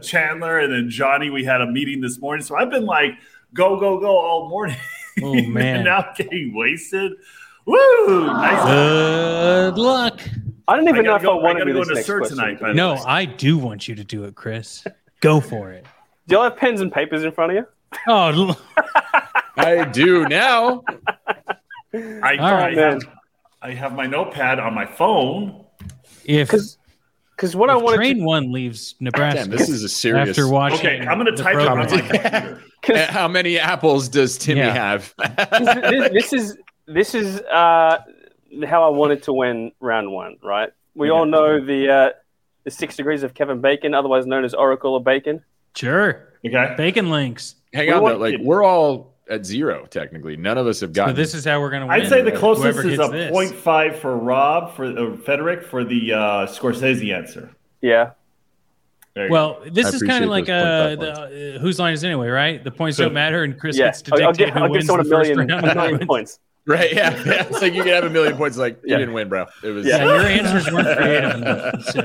A: Chandler and then Johnny. We had a meeting this morning. So I've been like, go, go, go all morning.
C: Oh
A: and
C: man.
A: now getting wasted. Woo! Nice.
C: Uh, Good luck.
D: I don't
A: I
D: even know
A: gotta
D: if
A: go,
D: I
A: I
D: want to
A: gotta
D: do
A: go
D: this
A: to
D: next
A: Sir
D: question.
A: tonight. by the
C: No,
A: way.
C: I do want you to do it, Chris. Go for it.
D: Do y'all have pens and papers in front of you?
C: Oh, l-
B: I do now.
A: I,
C: All
A: I,
C: right,
A: have,
D: man.
A: I have my notepad on my phone.
C: if,
D: Because what I
C: if
D: wanted
C: train one leaves Nebraska
B: Damn, this is a serious.
C: after watching,
A: Okay, I'm going to
C: the
A: type it on my
C: program-
A: computer.
D: to,
B: How many apples does Timmy
C: Yeah.
B: have?
D: 'cause this, this is this is uh, how I wanted to win round one. Right? We all know the uh, the six degrees of Kevin Bacon, otherwise known as Oracle of Bacon.
C: Sure,
A: Okay.
C: bacon links.
B: Hang
A: We
B: on,
A: want
B: though. Like
A: you-
B: we're all at zero technically. None of us have
C: So
B: gotten.
C: this is how we're gonna. Win.
A: I'd say the closest
C: Whoever
A: is
C: gets
A: a
C: this.
A: point five for Rob for uh, Federic for the uh, Scorsese answer.
D: Yeah.
A: There you
C: Well,
B: I
C: this is
B: appreciate
C: kind of like
B: those point
C: uh,
B: five
C: the, uh, whose line is it anyway, right? The points don't matter, and Chris
D: Yeah.
C: gets to dictate
D: I'll, I'll give,
C: who
D: I'll give
C: wins the
D: someone a
C: first
D: million,
C: round.
D: a million points.
B: Right. Yeah. yeah. It's like you could have a million points. Like you
D: Yeah.
B: didn't win, bro. It was.
C: Yeah, your answers weren't creative enough. So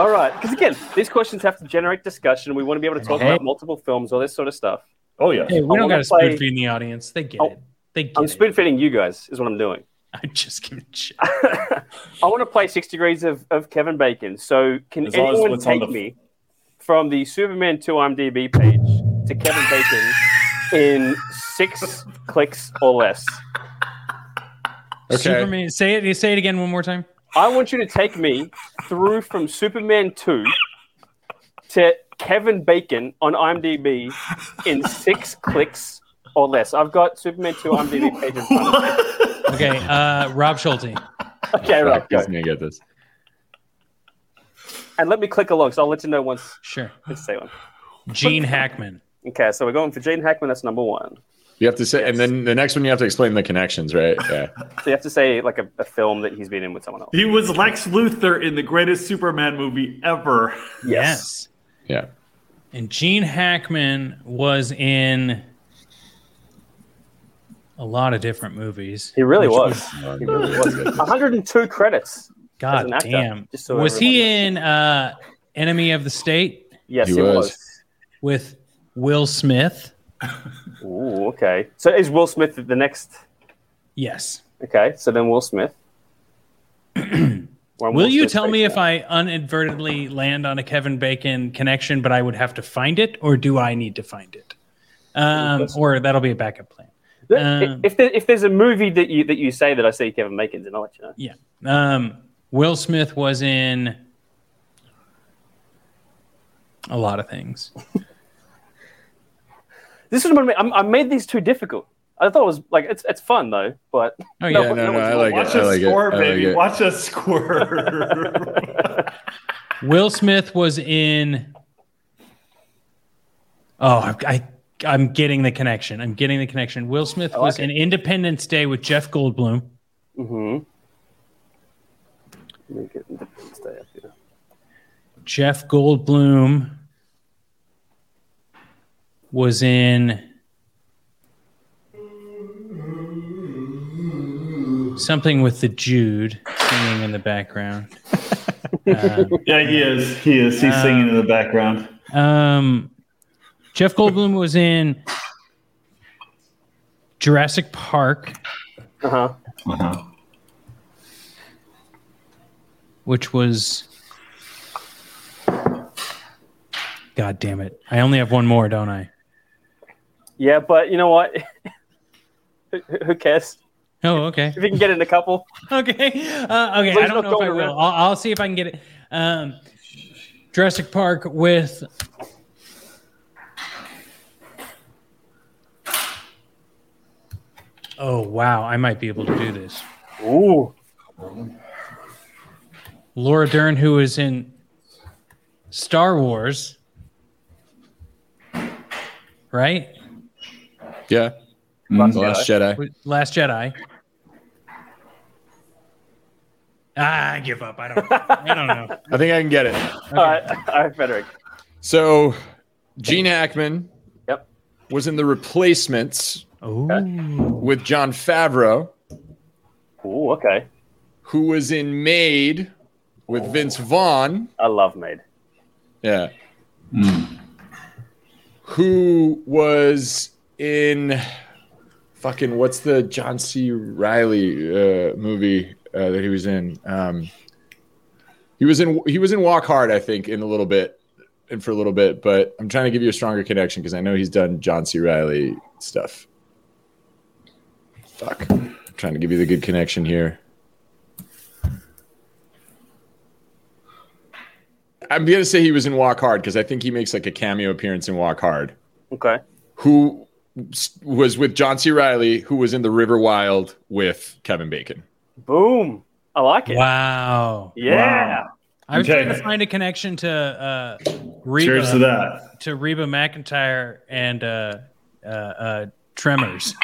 D: All right. Because again, these questions have to generate discussion. We want to be able to talk
C: Hey.
D: about multiple films, all this sort of stuff.
A: go. oh yeah.
C: hey, we
D: I
C: don't
D: wanna
C: got to
D: play-
C: spoon feed the audience. They get
D: Oh,
C: it. They get
D: I'm
C: it.
D: spoon feeding you guys, is what I'm doing.
C: I just give a shit.
D: I want to play Six Degrees of, of Kevin Bacon. So, can
A: As long as
D: anyone
A: what's on
D: take
A: the-
D: me from the Superman 2 IMDb page to Kevin Bacon in six clicks or less?
B: Okay.
C: Superman. Say it. Say it again one more time.
D: I want you to take me through from Superman 2 to Kevin Bacon on IMDb in six clicks or less. I've got Superman 2 IMDb page in front of me.
C: Okay, uh, Rob Schulte.
D: Okay, right,
B: Fuck,
D: go.
B: he's gonna get this.
D: And let me click along, so I'll let you know once
C: Sure.
D: it's one.
C: Gene Hackman.
D: Okay, so we're going for Gene Hackman. That's number one.
B: You have to say, and then the next one you have to explain the connections, right? Yeah.
D: So you have to say like a, a film that he's been in with someone else.
A: He was Lex Luthor in the greatest Superman movie ever.
C: Yes.
B: Yeah.
C: And Gene Hackman was in a lot of different movies.
D: He really
C: Which
D: was.
B: Long movie. Let's get this.
D: 102 credits.
C: God
D: an actor,
C: damn.
D: just so
C: Was he in
D: everyone
C: uh, Enemy of the State
D: Yes,
B: He
D: he, was.
C: with Will Smith?
D: Ooh, okay. So is Will Smith the next?
C: Yes.
D: Okay, so then Will Smith. Well,
C: Will
D: Will
C: you
D: Smith's
C: tell me
D: based
C: if
D: now.
C: I inadvertently land on a Kevin Bacon connection, but I would have to find it, or do I need to find it? Um, or that'll be a backup plan. um,
D: if, there, if there's a movie that you that you say that I see Kevin Bacon, then I'll let you know.
C: Yeah. Um, Will Smith was in a lot of things.
D: This is what I, made, I'm- I made these too difficult. I thought it was like it's it's fun though, but
C: Oh,
B: Yeah,
C: yeah.
B: no, no, I like
A: Watch
B: it. I
A: us
B: like it.
A: score,
B: I like
A: baby.
B: it.
A: Watch us score.
C: Will Smith was in. Oh, I, I, I'm getting the connection. I'm getting the connection. Will Smith
D: like
C: was
D: it.
C: in Independence Day with Jeff Goldblum.
D: hmm Let me get Independence Day up here.
C: Jeff Goldblum was in something with the Jude singing in the background.
A: yeah, he is. He is.
B: Uh,
A: He's singing in the background.
C: Um, Jeff Goldblum was in Jurassic Park,
D: Uh huh.
A: Uh-huh.
C: which was. God damn it! I only have one more, don't I?
D: Yeah, but you know what? Who- Who cares?
C: Oh, okay.
D: If you can get in a couple,
C: okay. Uh, okay.
D: Please
C: I don't
D: look
C: know if I
D: over
C: will.
D: there.
C: I'll, I'll see if I can get it. Um, Jurassic Park with. Oh wow! I might be able to do this.
D: ooh,
C: Laura Dern, who is in Star Wars, right?
B: Yeah. The Last Jedi.
C: With Last Jedi. Ah, I give up. I don't. I don't know.
B: I think I can get it.
D: All right, all right, Frederick.
B: So, Gene Hackman
D: Yep.
B: was in The Replacements
C: Oh,
B: with John Favreau,
D: Ooh, okay.
B: who was in Made with Vince Vaughn.
D: I love Maid.
B: Yeah. Who was in fucking what's the John C. Riley uh, movie uh, that he was in? Um, he was in he was in Walk Hard, I think, in a little bit and for a little bit, but I'm trying to give you a stronger connection because I know he's done John C. Riley stuff. Fuck. trying to give you the good connection here. I'm gonna say he was in Walk Hard because I think he makes like a cameo appearance in Walk Hard.
D: Okay.
B: Who s- was with John C. Riley, who was in The River Wild with Kevin Bacon.
D: Boom. I like it.
C: wow.
D: Yeah.
A: Wow.
C: I was
A: Okay.
C: trying to find a connection to uh, Reba
A: Cheers to that.
C: to Reba McIntyre and uh, uh, uh, Tremors.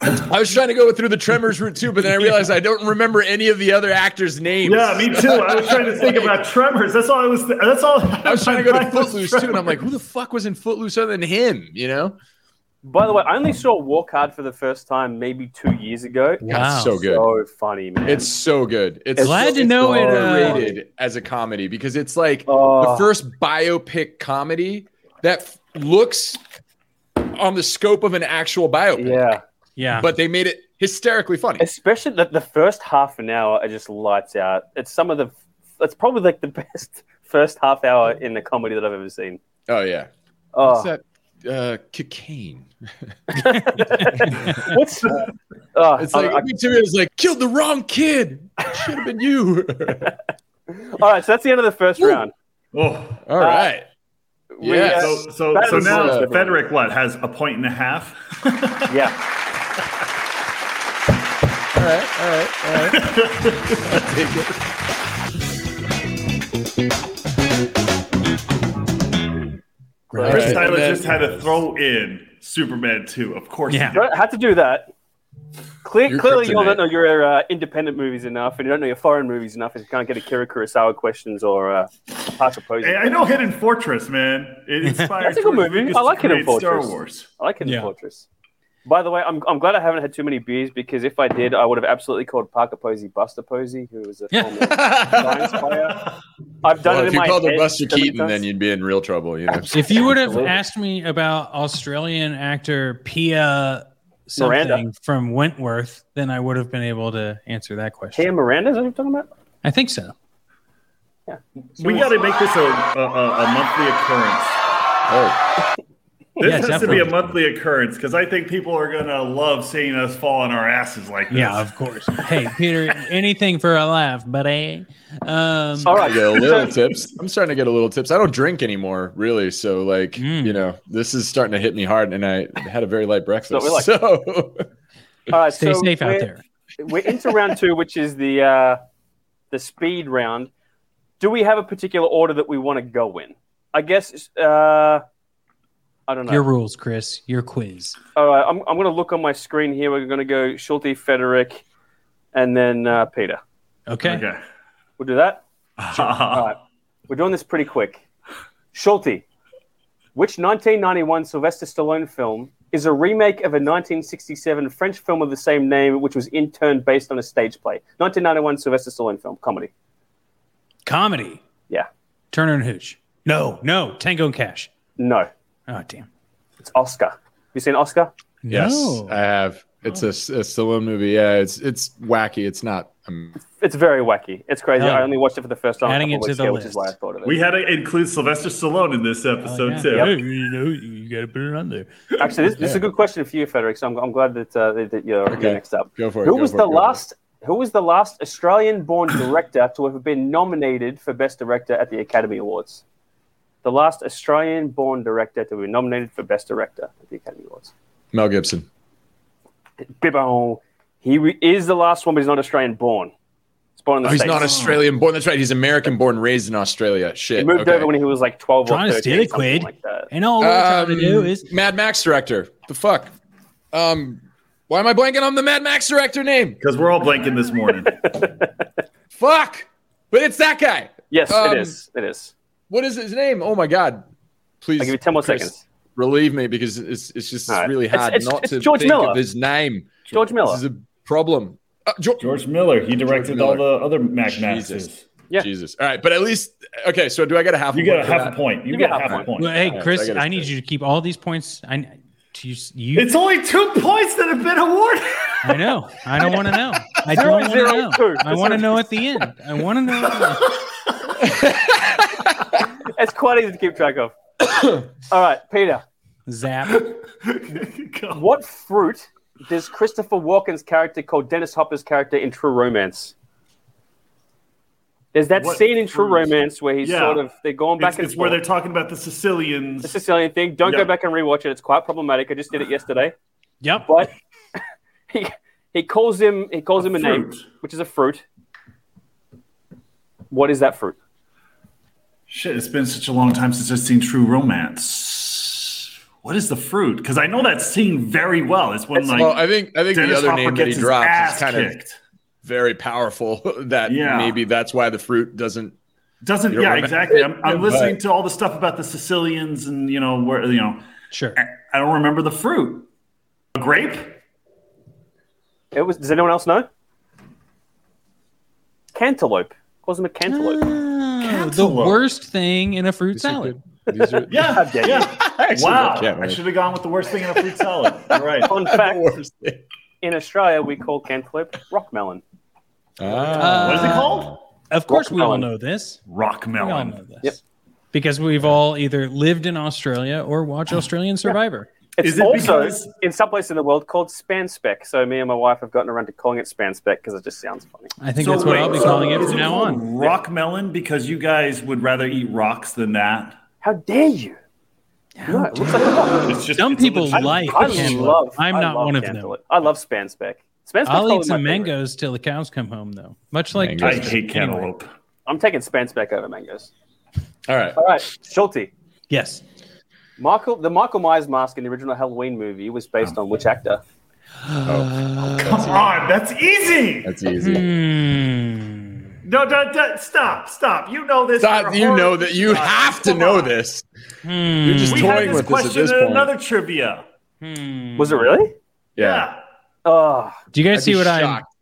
B: I was trying to go through the Tremors route too, but then I realized I don't remember any of the other actors' names.
A: Yeah, me too. I was trying to think about Tremors. That's all I was. Th- that's all.
B: I was trying to go to Footloose too, and I'm like, who the fuck was in Footloose other than him? You know,
D: By the way, I only saw Walk Hard for the first time maybe two years ago.
B: God,
C: Wow.
B: it's so good.
D: So funny, Oh, man.
B: It's so good. It's
C: Glad
B: so
C: to know it, uh,
B: Underrated as a comedy because it's like the
D: Oh.
B: first biopic comedy that f- looks on the scope of an actual biopic.
D: yeah.
C: Yeah,
B: But they made it hysterically funny.
D: Especially the, the first half an hour are just lights out. It's some of the it's probably like the best first half hour in the comedy that I've ever seen.
B: oh yeah.
D: Oh,
B: What's that? Uh, cocaine.
D: what's oh,
B: It's
D: I-
B: like
D: I-
B: me too. It was like killed the wrong kid. Should have been you.
D: all right, so that's the end of the first
B: Woo.
D: round.
A: Oh,
B: All right.
D: We,
B: Yes.
A: so
D: uh,
A: so,
D: That
A: so
D: is
A: now
D: awesome.
A: Frederick what has a point and a half.
D: yeah,
B: All right. All right. All right.
C: Right.
A: Chris
B: Alright,
A: Tyler
B: and then-
A: just had to throw in Superman 2. Of course. he
C: Yeah.
A: did.
D: Don't have to do that. Cle-
B: You're
D: clearly, you all
B: kryptonite.
D: don't know your uh, independent movies enough, and you don't know your foreign movies enough, if you can't get a Kira Kurosawa questions or uh, Parker Posey.
A: Hey, I know Hidden Fortress, man. It inspired
D: That's a good
A: George
D: movie.
A: Lucas
D: I like
A: to
D: Hidden
A: create Star
D: Fortress.
A: Wars.
D: I like Hidden
C: Yeah.
D: Fortress. By the way, I'm, I'm glad I haven't had too many beers because if I did, I would have absolutely called Parker Posey Buster Posey, who was a
C: Yeah.
D: former science player. I've done
B: Well, if
D: it in
B: you
D: my
B: called her
D: head
B: Buster
D: so many
B: Keaton, then
D: times.
B: you'd be in real trouble. You know.
C: if you would have
D: Absolutely.
C: asked me about Australian actor Pia something
D: Miranda.
C: from Wentworth, then I would have been able to answer that question.
D: Kia Miranda, is that what you're talking about?
C: I think so.
A: We got to make this a, a, a a monthly occurrence.
B: Oh,
A: This
C: Yeah,
A: has to
C: definitely.
A: be a monthly occurrence because I think people are going to love seeing us fall on our asses like this.
C: Yeah, of course. hey, Peter, anything for a laugh, buddy. Um,
D: All
B: I
D: right.
B: get a little
D: so-
B: tips. I'm starting to get a little tips. I don't drink anymore, really. So, like,
C: Mm.
B: you know, this is starting to hit me hard, and I had a very light breakfast.
D: we like.
B: So,
D: all right,
C: Stay
D: so
C: safe out
D: we're-
C: there.
D: We're into round two, which is the uh, the speed round. Do we have a particular order that we want to go in? I guess. Uh, I don't know.
C: Your rules, Chris. Your quiz.
D: All right, I'm, I'm going to look on my screen here. We're going to go Schulte, Frederick, and then uh, Peter.
C: Okay.
A: Okay.
D: We'll do that.
A: All
D: right. We're doing this pretty quick. Schulte, which 1991 Sylvester Stallone film is a remake of a 1967 French film of the same name, which was in turn based on a stage play? 1991 Sylvester Stallone film, comedy.
C: Comedy.
D: Yeah.
C: Turner and Hooch. No, no. Tango and Cash.
D: No,
C: Oh, damn.
D: it's Oscar. Have you seen Oscar?
B: Yes,
C: No.
B: I have. It's a, a Stallone movie. Yeah, it's it's wacky. It's not. Um,
D: It's very wacky. It's crazy.
C: Oh.
D: I only watched it for the first time.
C: Adding
D: a
C: it to
D: couple weeks
C: the
D: ago, which is
C: list.
D: why I thought of it.
A: We had to include Sylvester Stallone in this episode
C: Oh, yeah.
A: too.
D: Yep.
E: you know, you got to put it on there.
D: Actually, this, this is a good question for you, Frederick. So I'm, I'm glad that, uh, that that you're,
B: Okay.
D: you're next up.
B: go for it.
D: Who
B: go
D: was
B: for it,
D: the
B: go for it.
D: last? Who was the last Australian-born director to have been nominated for Best Director at the Academy Awards? The last Australian-born director to be nominated for Best Director at the Academy Awards.
B: Mel Gibson.
D: Bibon. He re- is the last one, but he's not Australian-born. He's born in the
B: Oh, he's
D: States.
B: not Australian born. That's right. He's American born, raised in Australia. Shit.
D: He moved
B: okay.
D: over when he was like 12
C: Trying
D: or
C: to
D: 13,
C: steal a
D: something
C: quid.
D: like that.
C: And all we're trying to do
B: Um,
C: is
B: Mad Max director. The fuck. Um, why am I blanking on the Mad Max director name?
A: Because we're all blanking this morning.
B: Fuck. But it's that guy.
D: Yes,
B: Um,
D: it is. It is.
B: What is his name? Oh my god. Please.
D: I'll give you 10 more
B: Chris,
D: seconds.
B: Relieve me because it's it's just
D: All right.
B: really
D: It's-
B: hard
D: it's-
B: not
D: it's
B: to
D: George
B: think
D: Miller.
B: of his name.
D: George Miller.
B: This is a problem. Uh, George,
A: George Miller. He directed
B: Miller.
A: all the other Mac
B: Jesus.
A: Maxes.
D: Yeah.
B: Jesus. All right, but at least okay. So do I get a half?
A: You
B: a
A: got
B: point
A: a
B: for
A: half
B: that?
A: a point. You,
D: You
A: got,
D: got
A: half
B: half
A: a point.
C: Well, hey,
B: I
C: Chris,
B: gotta
C: I, need
B: stay.
C: you to keep all these points. I to you. you
A: It's only two points that have been awarded.
C: I know. I don't want to know. I don't want to
D: zero,
C: know.
D: two.
C: I want to know at the end. I want to know. At the end.
D: It's quite easy to keep track of. All right, Peter.
C: Zap.
A: God.
D: What fruit does Christopher Walken's character called Dennis Hopper's character in True Romance? There's that
A: What
D: scene in True
A: fruit?
D: Romance where he's
A: Yeah.
D: sort of they're going back
A: It's,
D: and
A: it's where
D: forth.
A: they're talking about the Sicilians.
D: the Sicilian thing. Don't
A: Yeah.
D: go back and rewatch it. It's quite problematic. I just did it yesterday.
C: Yep.
D: But he he calls him he calls him a name,
A: Fruit.
D: which is a fruit. What is that fruit?
A: Shit, it's been such a long time since I've seen True Romance. What is the fruit? Because I know that scene very well. It's when like
B: Well, I think I think
A: Dennis
B: the other
A: Hopper
B: name that
A: gets
B: he
A: his
B: drops
A: ass
B: is kind of
A: kicked.
B: very powerful. That
A: Yeah.
B: maybe that's why the fruit doesn't.
A: Doesn't
B: You don't
A: yeah
B: remember
A: exactly. I'm, I'm
B: but-
A: listening to all the stuff about the Sicilians and you know where you know
C: Sure.
A: I don't remember the fruit. A grape?
D: It was. Does anyone else know? Cantaloupe. Calls him a cantaloupe.
C: Oh, the
A: Cantaloupe.
C: worst thing in a fruit salad.
B: These are-
A: Yeah.
D: dare you.
A: yeah.
B: I
A: Wow.
B: can't
A: I
B: remember.
A: should have gone with the worst thing in a fruit salad. You're right.
D: Fun fact:
B: worst thing.
D: in Australia, we call cantaloupe rockmelon.
B: Ah.
A: What is it
C: Uh,
A: called?
C: Of course, we all
D: Watermelon.
C: know this.
A: Rock
C: We all know
A: melon.
C: this.
D: Yep.
C: Because we've all either lived in Australia or watched Australian Survivor.
D: It's
A: Is it
D: also
A: because-
D: in some place in the world called spanspec. So me and my wife have gotten around to calling it spanspec because it just sounds funny.
C: I think that's what I'll be calling it from now on.
A: Rock melon because you guys would rather eat rocks than that.
D: How dare you? No, it looks like a rock.
A: It's just
C: Some
A: it's a
C: people
A: legit-
C: like
D: I
C: cantaloupe.
D: love.
C: I'm
D: I
C: not
D: love
C: one of them.
D: cantaloupe. I love spanspec. Spanspec's
C: I'll
D: probably
C: eat some
D: my favorite.
C: mangoes till the cows come home, though. Much like
B: Mangoes.
A: I hate cantaloupe.
D: I'm taking spanspec over mangoes.
B: All right.
D: All right, Schulte.
C: Yes.
D: Michael, the Michael Myers mask in the original Halloween movie was based
C: Oh.
D: on which actor?
A: Come on, that's easy.
B: Oh, That's easy.
C: Hmm.
A: No, no, no, stop, stop. You know this. You're
B: Stop,
A: a
B: you
A: horror-
B: know that you
A: Stop.
B: have to
A: Come
B: know
A: on.
B: this.
C: Hmm.
B: You're just
A: We had
B: toying
A: this
B: with this at
A: question
B: this
A: in
B: point.
A: another trivia.
C: Hmm.
D: Was it really?
B: yeah.
A: Yeah.
D: Oh,
C: Do you guys
B: I'd
C: see
B: be
C: what I?
B: shocked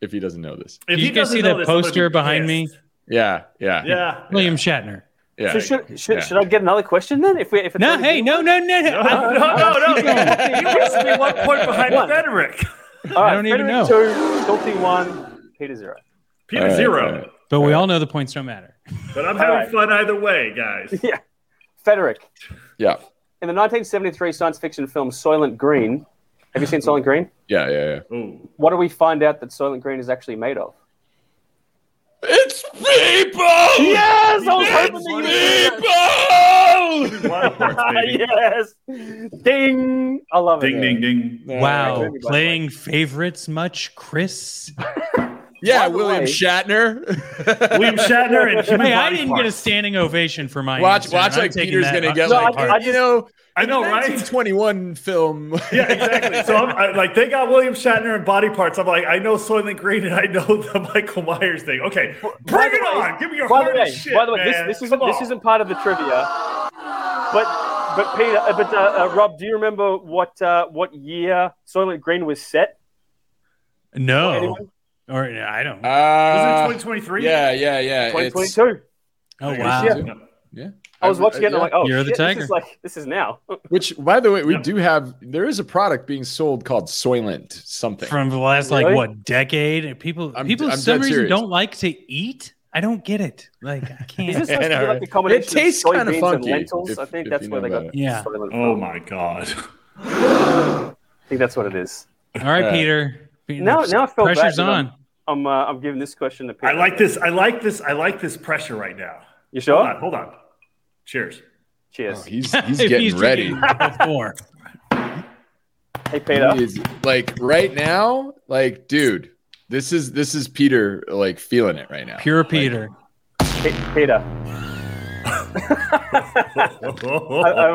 B: if he doesn't know this.
A: If
C: You
A: he
C: guys
A: doesn't
C: see
A: know
C: the
A: this, I'm gonna be
C: poster behind me?
A: pissed.
B: Yeah. Yeah.
A: Yeah.
C: William Shatner.
B: Yeah.
D: so should, should,
B: Yeah.
D: should I get another question then? If we if it's
C: No,
D: already-
C: hey, no, no, no, no. I-
A: No, no, no.
B: going.
A: You must be one point behind
D: One.
A: Frederick.
D: All right,
C: I don't even
D: Frederick Two, Schulte one, Peter zero.
A: Peter
B: All right,
A: zero.
B: all right.
C: But we all know the points don't matter.
A: But I'm having
D: right.
A: fun either way, guys.
D: Frederick,
B: Yeah.
D: in the 1973 science fiction film Soylent Green, have you seen Soylent Green?
B: Yeah. Yeah. Yeah.
A: Ooh.
D: What do we find out that Soylent Green is actually made of?
B: It's people.
D: Yes, oh I was hoping that you would.
B: People.
A: Blood reports, baby.
D: yes, ding! I love it.
A: Ding, ding, ding.
C: Wow.
D: Everybody
C: Playing favorites much, Chris?
B: Yeah,
D: By the
B: William
D: way-
B: Shatner.
A: William Shatner and human
C: Hey, I
A: body
C: didn't
A: parts.
C: get a standing ovation for my
B: watch,
C: answer.
B: watch
C: I'm
B: like
C: taking
B: Peter's
C: that
B: gonna
C: on-
B: get
D: No,
B: like
D: I- I
B: hard. you know.
A: I know, right?
B: 1921 film.
A: Yeah, exactly. So I'm I, like, they got William Shatner and body parts. I'm like, I know Soylent Green and I know the Michael Myers thing. Okay, bring
D: the
A: it
D: way-
A: on. Give me your
D: By the
A: hard
D: way,
A: shit,
D: by the way,
A: man.
D: this, this isn't
A: Come
D: this
A: on.
D: isn't part of the trivia. But but Peter, uh, but uh, uh, Rob, do you remember what uh, what year Soylent Green was set?
C: No.
D: Anyone?
C: Or yeah, I don't.
A: Isn't it
B: Uh,
A: 2023?
B: yeah, yeah, yeah. It's,
D: 2022.
C: Oh
A: Yeah.
C: wow.
A: Yeah.
B: Yeah.
D: I was
B: I-
D: watching it. and I'm
B: yeah.
D: like, oh,
E: You're the
D: shit,
E: tiger.
D: This is like this is now.
B: Which, by the way, we
A: Yeah.
B: do have. There is a product being sold called Soylent something.
C: From the last
D: like,
C: like
D: Really?
C: what decade? people
B: I'm- people
C: people
B: for
C: for
B: I'm some
C: some
B: dead
C: reason
B: reason serious.
C: don't
B: don't
C: like to eat. I don't get it. Like I
D: Is
C: can't.
D: this supposed to be like a combination
B: It tastes
D: of
B: kinda
D: soybeans and
B: funky,
D: lentils?
B: if-
D: I think
B: if
D: that's
B: you
D: where
B: know
D: they got.
B: about
C: it. Yeah.
D: soylent
A: Oh
D: from.
A: my god.
D: I think that's what it is.
C: All right,
B: Uh,
C: Peter. Peter,
D: now- now I feel bad
C: pressure's
D: that I'm-
C: on.
D: I'm uh, I'm giving this question to Peter.
A: I like this. I like this. I like this pressure right now.
D: You
A: Hold
D: sure?
A: on. Hold on. Cheers.
B: Oh,
D: Cheers.
B: he's
C: If
B: he's getting ready.
C: drinking Before.
D: hey Peter.
B: He is- like right now, like dude, this is this is Peter like feeling it right now.
C: Pure
B: Like,
C: Peter.
D: Pe- Peter. I, I have a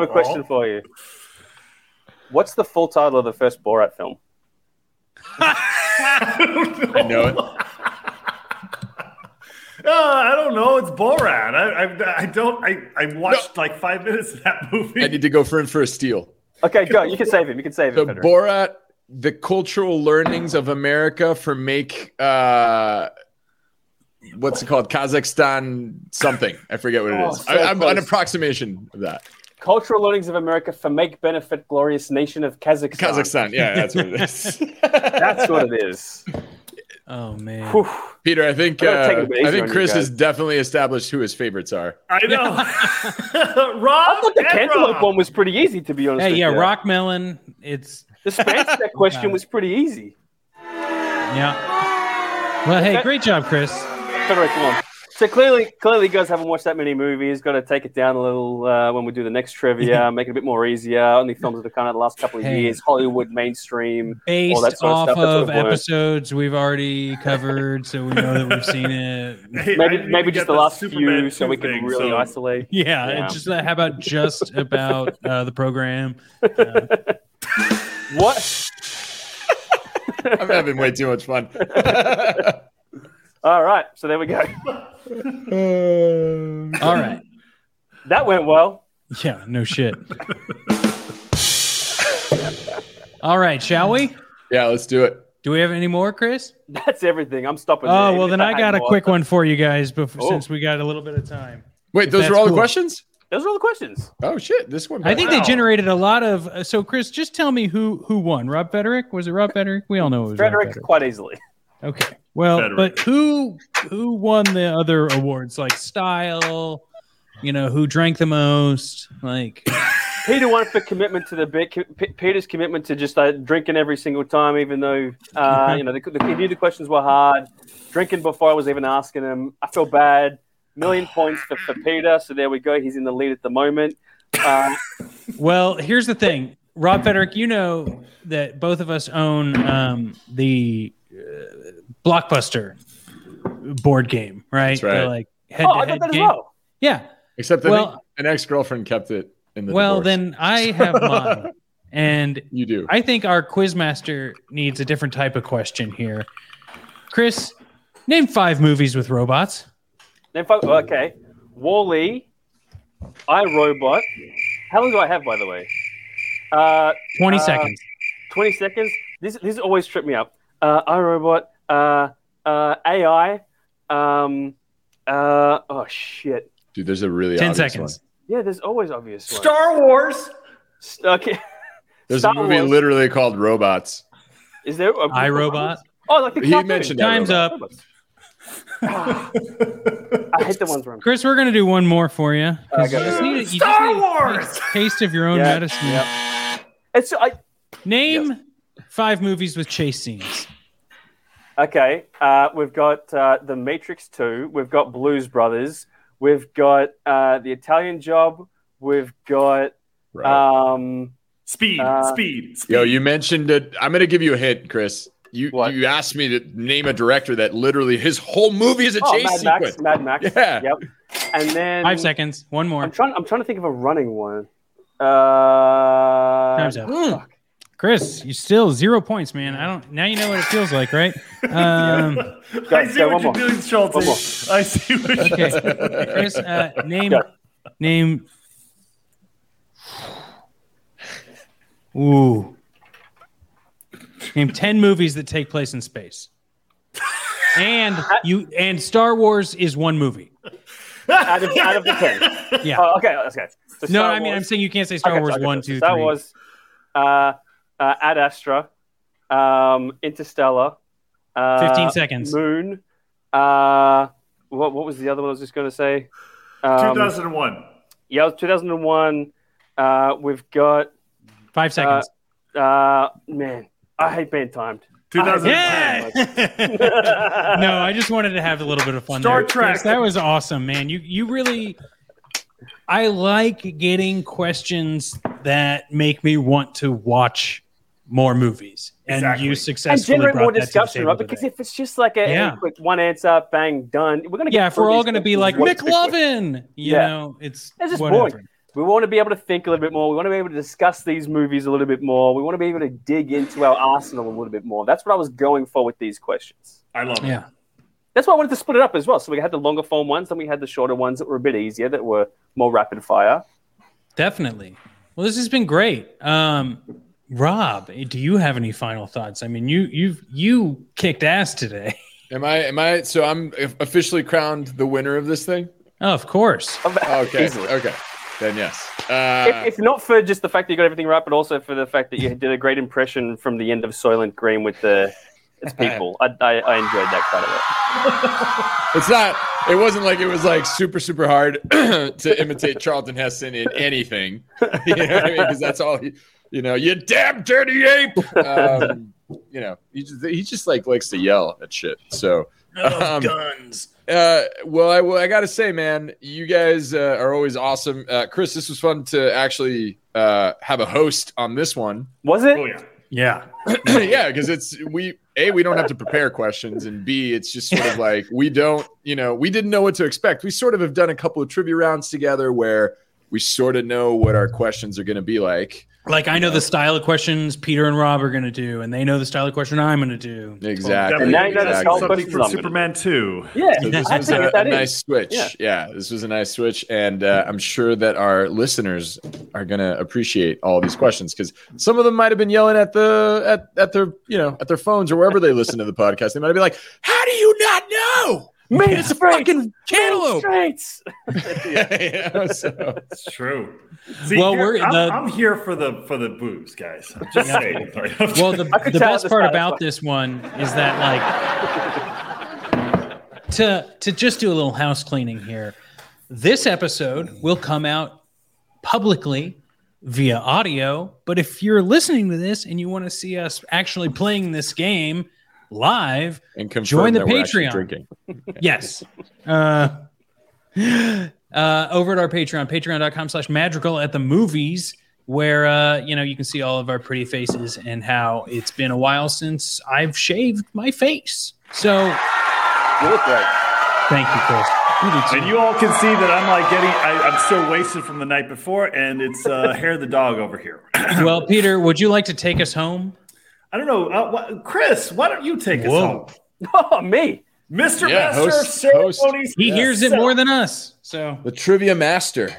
A: Oh.
D: question for you. What's the full title of the first Borat film?
A: I
B: know it.
A: Uh, I don't know. It's Borat. I, I, I don't. I, I watched like five minutes of that movie.
B: I need to go for him for a steal.
D: Okay, go. You can save him. You can save
B: The
D: him. Peter.
B: Borat, the cultural learnings of America for make uh, what's it called? Kazakhstan something. I forget what it
D: Oh,
B: is.
D: so
B: I, I'm an
D: close.
B: approximation of that.
D: Cultural learnings of America for make benefit glorious nation of Kazakhstan.
B: Kazakhstan. Yeah, that's what it is.
D: That's what it is.
C: Oh man.
D: Whew.
B: Peter, I think
D: I gotta take
B: uh,
D: it easy
B: I
D: on
B: think
D: you
B: Chris
D: guys.
B: has definitely established who his favorites are.
A: I know. Rob.
D: I thought the
A: and
D: cantaloupe
A: Rob.
D: one was pretty easy, to be honest.
C: Hey,
D: with
C: yeah,
D: you.
C: Rockmelon. It's
D: The Spanstead question was pretty easy.
C: yeah. Well, hey, great job, Chris.
D: Federico, come on. So clearly, clearly, you guys haven't watched that many movies. Got to take it down a little uh, when we do the next trivia. make it a bit more easier. Only films that have come out the last couple of
C: Hey.
D: years, Hollywood mainstream.
C: based
D: all that sort of
C: off
D: stuff. That's
C: of
D: what it was.
C: episodes we've already covered, so we know that we've seen it.
A: Hey, I
D: Maybe,
A: didn't
D: maybe
A: even get
D: just the last few,
A: Superman
D: so
A: two
D: we can
A: thing,
D: really
A: so-
D: isolate.
C: Yeah,
D: Yeah.
C: it's just that. How about just about uh, the program? Uh,
D: What?
B: I'm having way too much fun.
D: All right, so there we go.
C: all right.
D: That went well.
C: Yeah, no shit. all right, shall we?
B: yeah, let's do it.
C: Do we have any more, Chris?
D: That's everything. I'm stopping. there,
C: Oh
D: even
C: well,
D: if
C: then I
D: had
C: got a
D: more.
C: quick one for you guys. Before,
D: Oh.
C: since we got a little bit of time,
B: Wait,
C: If
B: those
C: that's
B: are all
C: cool.
B: the questions?
D: Those are all the questions.
B: Oh shit, this one.
C: I think
A: Wow.
C: they generated a lot of. Uh, so, Chris, just tell me who who won. Rob Federic was it? Rob Federic? We all know it was Rob
D: Frederick
C: Federic.
D: quite easily.
C: Okay. Well,
A: Frederick.
C: but who who won the other awards like style? You know, who drank the most? Like,
D: Peter won for commitment to the bit. P- Peter's commitment to just uh, drinking every single time, even though uh, you know the, the, he knew the questions were hard. Drinking before I was even asking him. I feel bad. Million points for, for Peter. So there we go. He's in the lead at the moment. Um,
C: well, here's the thing, Rob Federick. You know that both of us own um, the uh, blockbuster board game, right?
B: That's right.
C: The, like head
D: oh,
C: to
D: I
C: head
D: got that as
C: game.
D: well.
C: Yeah.
B: Except I
C: Well-
B: think an ex girlfriend kept it in the.
C: Well,
B: divorce.
C: then I have mine, and
B: you do.
C: I think our quizmaster needs a different type of question here. Chris, name five movies with robots.
D: Then fuck, okay. Wally, I Robot. How long do I have, by the way? Uh,
C: 20
D: Uh,
C: seconds.
D: 20 seconds. This this always tripped me up. Uh, iRobot, uh, uh, AI. Um, uh, oh shit.
B: Dude, there's a really
C: 10
B: obvious
C: seconds.
B: one.
D: Yeah, there's always obvious ones.
A: Star Wars.
D: S- okay.
B: There's
D: Star
B: a movie
D: Wars.
B: literally called Robots.
D: Is there a
C: iRobot.
D: Oh, like the
B: He
D: cartoon.
B: mentioned that.
C: Time's up.
D: Ah, I hate the ones where I'm.
C: Chris, we're going to do one more for you. 'cause
D: Okay.
C: you just need a- you just
A: Star
C: need a
A: Wars!
C: Taste of your own
D: Yeah,
C: medicine.
D: It's I,
C: Name five movies with chase scenes.
D: okay. Uh, we've got uh, the Matrix Two. We've got Blues Brothers. We've got uh, the Italian Job. We've got
B: Right.
D: um,
A: Speed.
D: Uh,
A: speed. Speed.
B: Yo, you mentioned it. I'm gonna give you a hint, Chris. You
D: What?
B: you asked me to name a director that literally his whole movie is a
D: oh,
B: chase
D: Mad
B: sequence.
D: Max. Mad Max.
B: Yeah.
D: Yep. And then
C: Five seconds. One more.
D: I'm trying. I'm trying to think of a running one. Uh,
C: Time's up.
B: Mm.
C: Chris, you still zero points, man. I don't. Now you know what it feels like, right? Um,
A: I see
D: go,
A: what you're
D: one more.
A: doing,
D: One more.
A: Schultz. I see what you're
C: okay,
A: doing.
C: Chris, uh, name
D: Yeah.
C: name. Ooh. Name ten movies that take place in space. And you and Star Wars is one movie.
D: out of, out of the ten.
C: Yeah.
D: Oh, okay, okay. So
C: no,
D: Star
C: I mean,
D: Wars-
C: I'm saying you can't say Star
D: Okay,
C: Wars
D: okay,
C: one,
D: so
C: two, three.
D: Star Wars, uh, uh, Ad Astra, um, Interstellar, uh,
C: 15 seconds.
D: Moon. Uh, what what was the other one I was just going to say? Um,
A: 2001.
D: yeah, 2001. Uh, we've got
C: Five seconds.
D: uh, man. I hate being timed.
A: 2010.
C: yeah.
D: no,
C: no, I just wanted to have a little bit of fun.
A: Star
C: there.
A: Trek.
C: Chris, that was awesome, man. You you really. I like getting questions that make me want to watch more movies, and
A: Exactly.
C: you
A: And
D: and
C: successfully
D: generate
C: brought
D: more
C: that to
D: discussion,
C: the
D: right?
C: table
D: Because
C: today.
D: if it's just like a
C: Yeah.
D: quick one answer, bang, done, we're gonna get
C: yeah, if
D: through
C: we're all
D: these
C: going to be
D: questions
C: like
D: quick, quick, quick.
C: McLovin, you
D: Yeah.
C: know, it's
D: It's just
C: whatever.
D: boring. We want to be able to think a little bit more. We want to be able to discuss these movies a little bit more. We want to be able to dig into our arsenal a little bit more. That's what I was going for with these questions.
A: I love it.
C: Yeah,
D: That's why I wanted to split it up as well. So we had the longer form ones, and we had the shorter ones that were a bit easier, that were more rapid fire.
C: definitely. Well, this has been great. Um, Rob, do you have any final thoughts? I mean, you you've you kicked ass today.
B: Am I? Am I? So I'm officially crowned the winner of this thing.
C: of course.
B: Okay.
D: Easily.
B: Okay. Then yes. Uh,
D: If, if not for just the fact that you got everything right, but also for the fact that you did a great impression from the end of Soylent Green with the its people. I, I, I enjoyed that quite a lot.
B: It's not. It wasn't like it was like super super hard to imitate Charlton Heston in anything. You know what I mean? Because that's all. He, you know, you damn dirty ape. Um, you know, he just he just like likes to yell at shit. So. um,
E: guns.
B: uh, well, I well, I gotta say, man, you guys uh, are always awesome. Uh, Chris, this was fun to actually uh, have a host on this one.
D: Was it?
A: Oh, yeah.
E: Yeah.
B: yeah, because it's we a we don't have to prepare questions, and b it's just sort of like we don't you know we didn't know what to expect. We sort of have done a couple of trivia rounds together where we sort of know what our questions are going to be like.
C: Like I know the style of questions Peter and Rob are going to do, and they know the style of question I'm going to do.
B: Exactly.
D: And now you know the
B: exactly.
D: skull
A: something
D: versus
A: from
D: zombie.
A: Superman 2.
D: Yeah,
B: So this
D: I
B: was
D: figured
B: a,
D: that
B: a
D: in.
B: nice switch.
D: Yeah.
B: Yeah. this was a nice switch, and uh, I'm sure that our listeners are gonna appreciate all these questions because some of them might have been yelling at the at, at their you know at their phones or wherever they listen to the podcast. They might be like, "How do you not know?"
D: Main
B: It's a
D: straight,
B: fucking cantaloupe.
D: straights.
B: You know, so-
A: It's true. See,
C: Well,
A: here-
C: we're-
A: I'm,
C: the-
A: I'm here for the for the booze, guys. I'm just saying.
C: Well, the,
D: I could
C: the
D: tell
C: best
D: at the
C: part
D: start,
C: about
D: that's
C: this one is that like to to just do a little house cleaning here. This episode will come out publicly via audio, but if you're listening to this and you want to see us actually playing this game live,
B: and confirm
C: Join the
B: that we're actually
C: Patreon.
B: Drinking.
C: yes uh, uh, over at our patreon patreon.com slash madrigal at the movies where uh, you know you can see all of our pretty faces and how it's been a while since i've shaved my face so
D: You look great.
C: thank you chris You do too.
A: and you all can see that I'm like getting. I, I'm still wasted from the night before, and it's uh, hair the dog over here.
C: well peter would you like to take us home
A: I don't know, uh, what, Chris. Why don't you take
C: Whoa.
A: us home,
D: Oh, me.
A: Mister
B: Yeah,
A: Master of
B: host- host.
A: Ceremonies?
C: he hears it
A: So-
C: more than us so
B: The trivia master.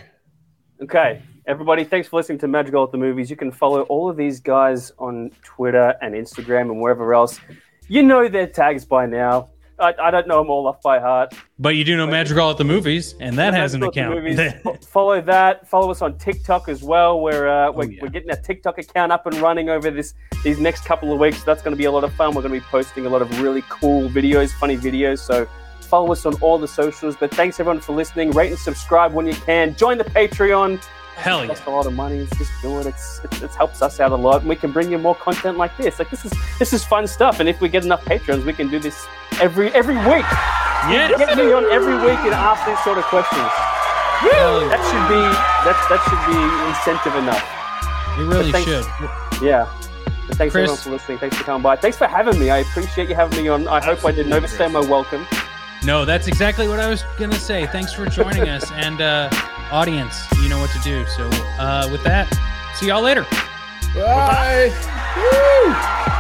D: Okay, everybody, thanks for listening to Madrigal at the Movies. You can follow all of these guys on Twitter and Instagram and wherever else. You know their tags by now. I, I don't know them all off by heart.
C: but you do know madrigal at the movies and that has an
D: Madrigal at the
C: account
D: Movies. Fo- follow that. Follow us on TikTok as well. We're uh, we're,
C: Oh, yeah.
D: we're getting a TikTok account up and running over this these next couple of weeks. That's going to be a lot of fun. We're going to be posting a lot of really cool videos, funny videos. So follow us on all the socials. But thanks everyone for listening. Rate and subscribe when you can. Join the Patreon.
C: hell Oh, yeah
D: costs a lot of money. It's just do it. It's, it, it helps us out a lot, and we can bring you more content like this. Like this is this is fun stuff. And if we get enough patrons, we can do this every every week.
C: yes
D: Get me on every week and ask these sort of questions.
C: Hell yeah.
D: That should be that that should be incentive enough.
C: you really
D: Thanks.
C: should
D: Yeah. But thanks
C: Chris.
D: everyone for listening. Thanks for coming by. Thanks for having me. I appreciate you having me on. I hope I didn't
A: Absolutely,
D: overstay
A: Chris.
D: my welcome.
C: No, that's exactly what I was going to say. Thanks for joining us. And uh, audience, you know what to do. So, uh, with that, see y'all later.
B: Bye. Woo!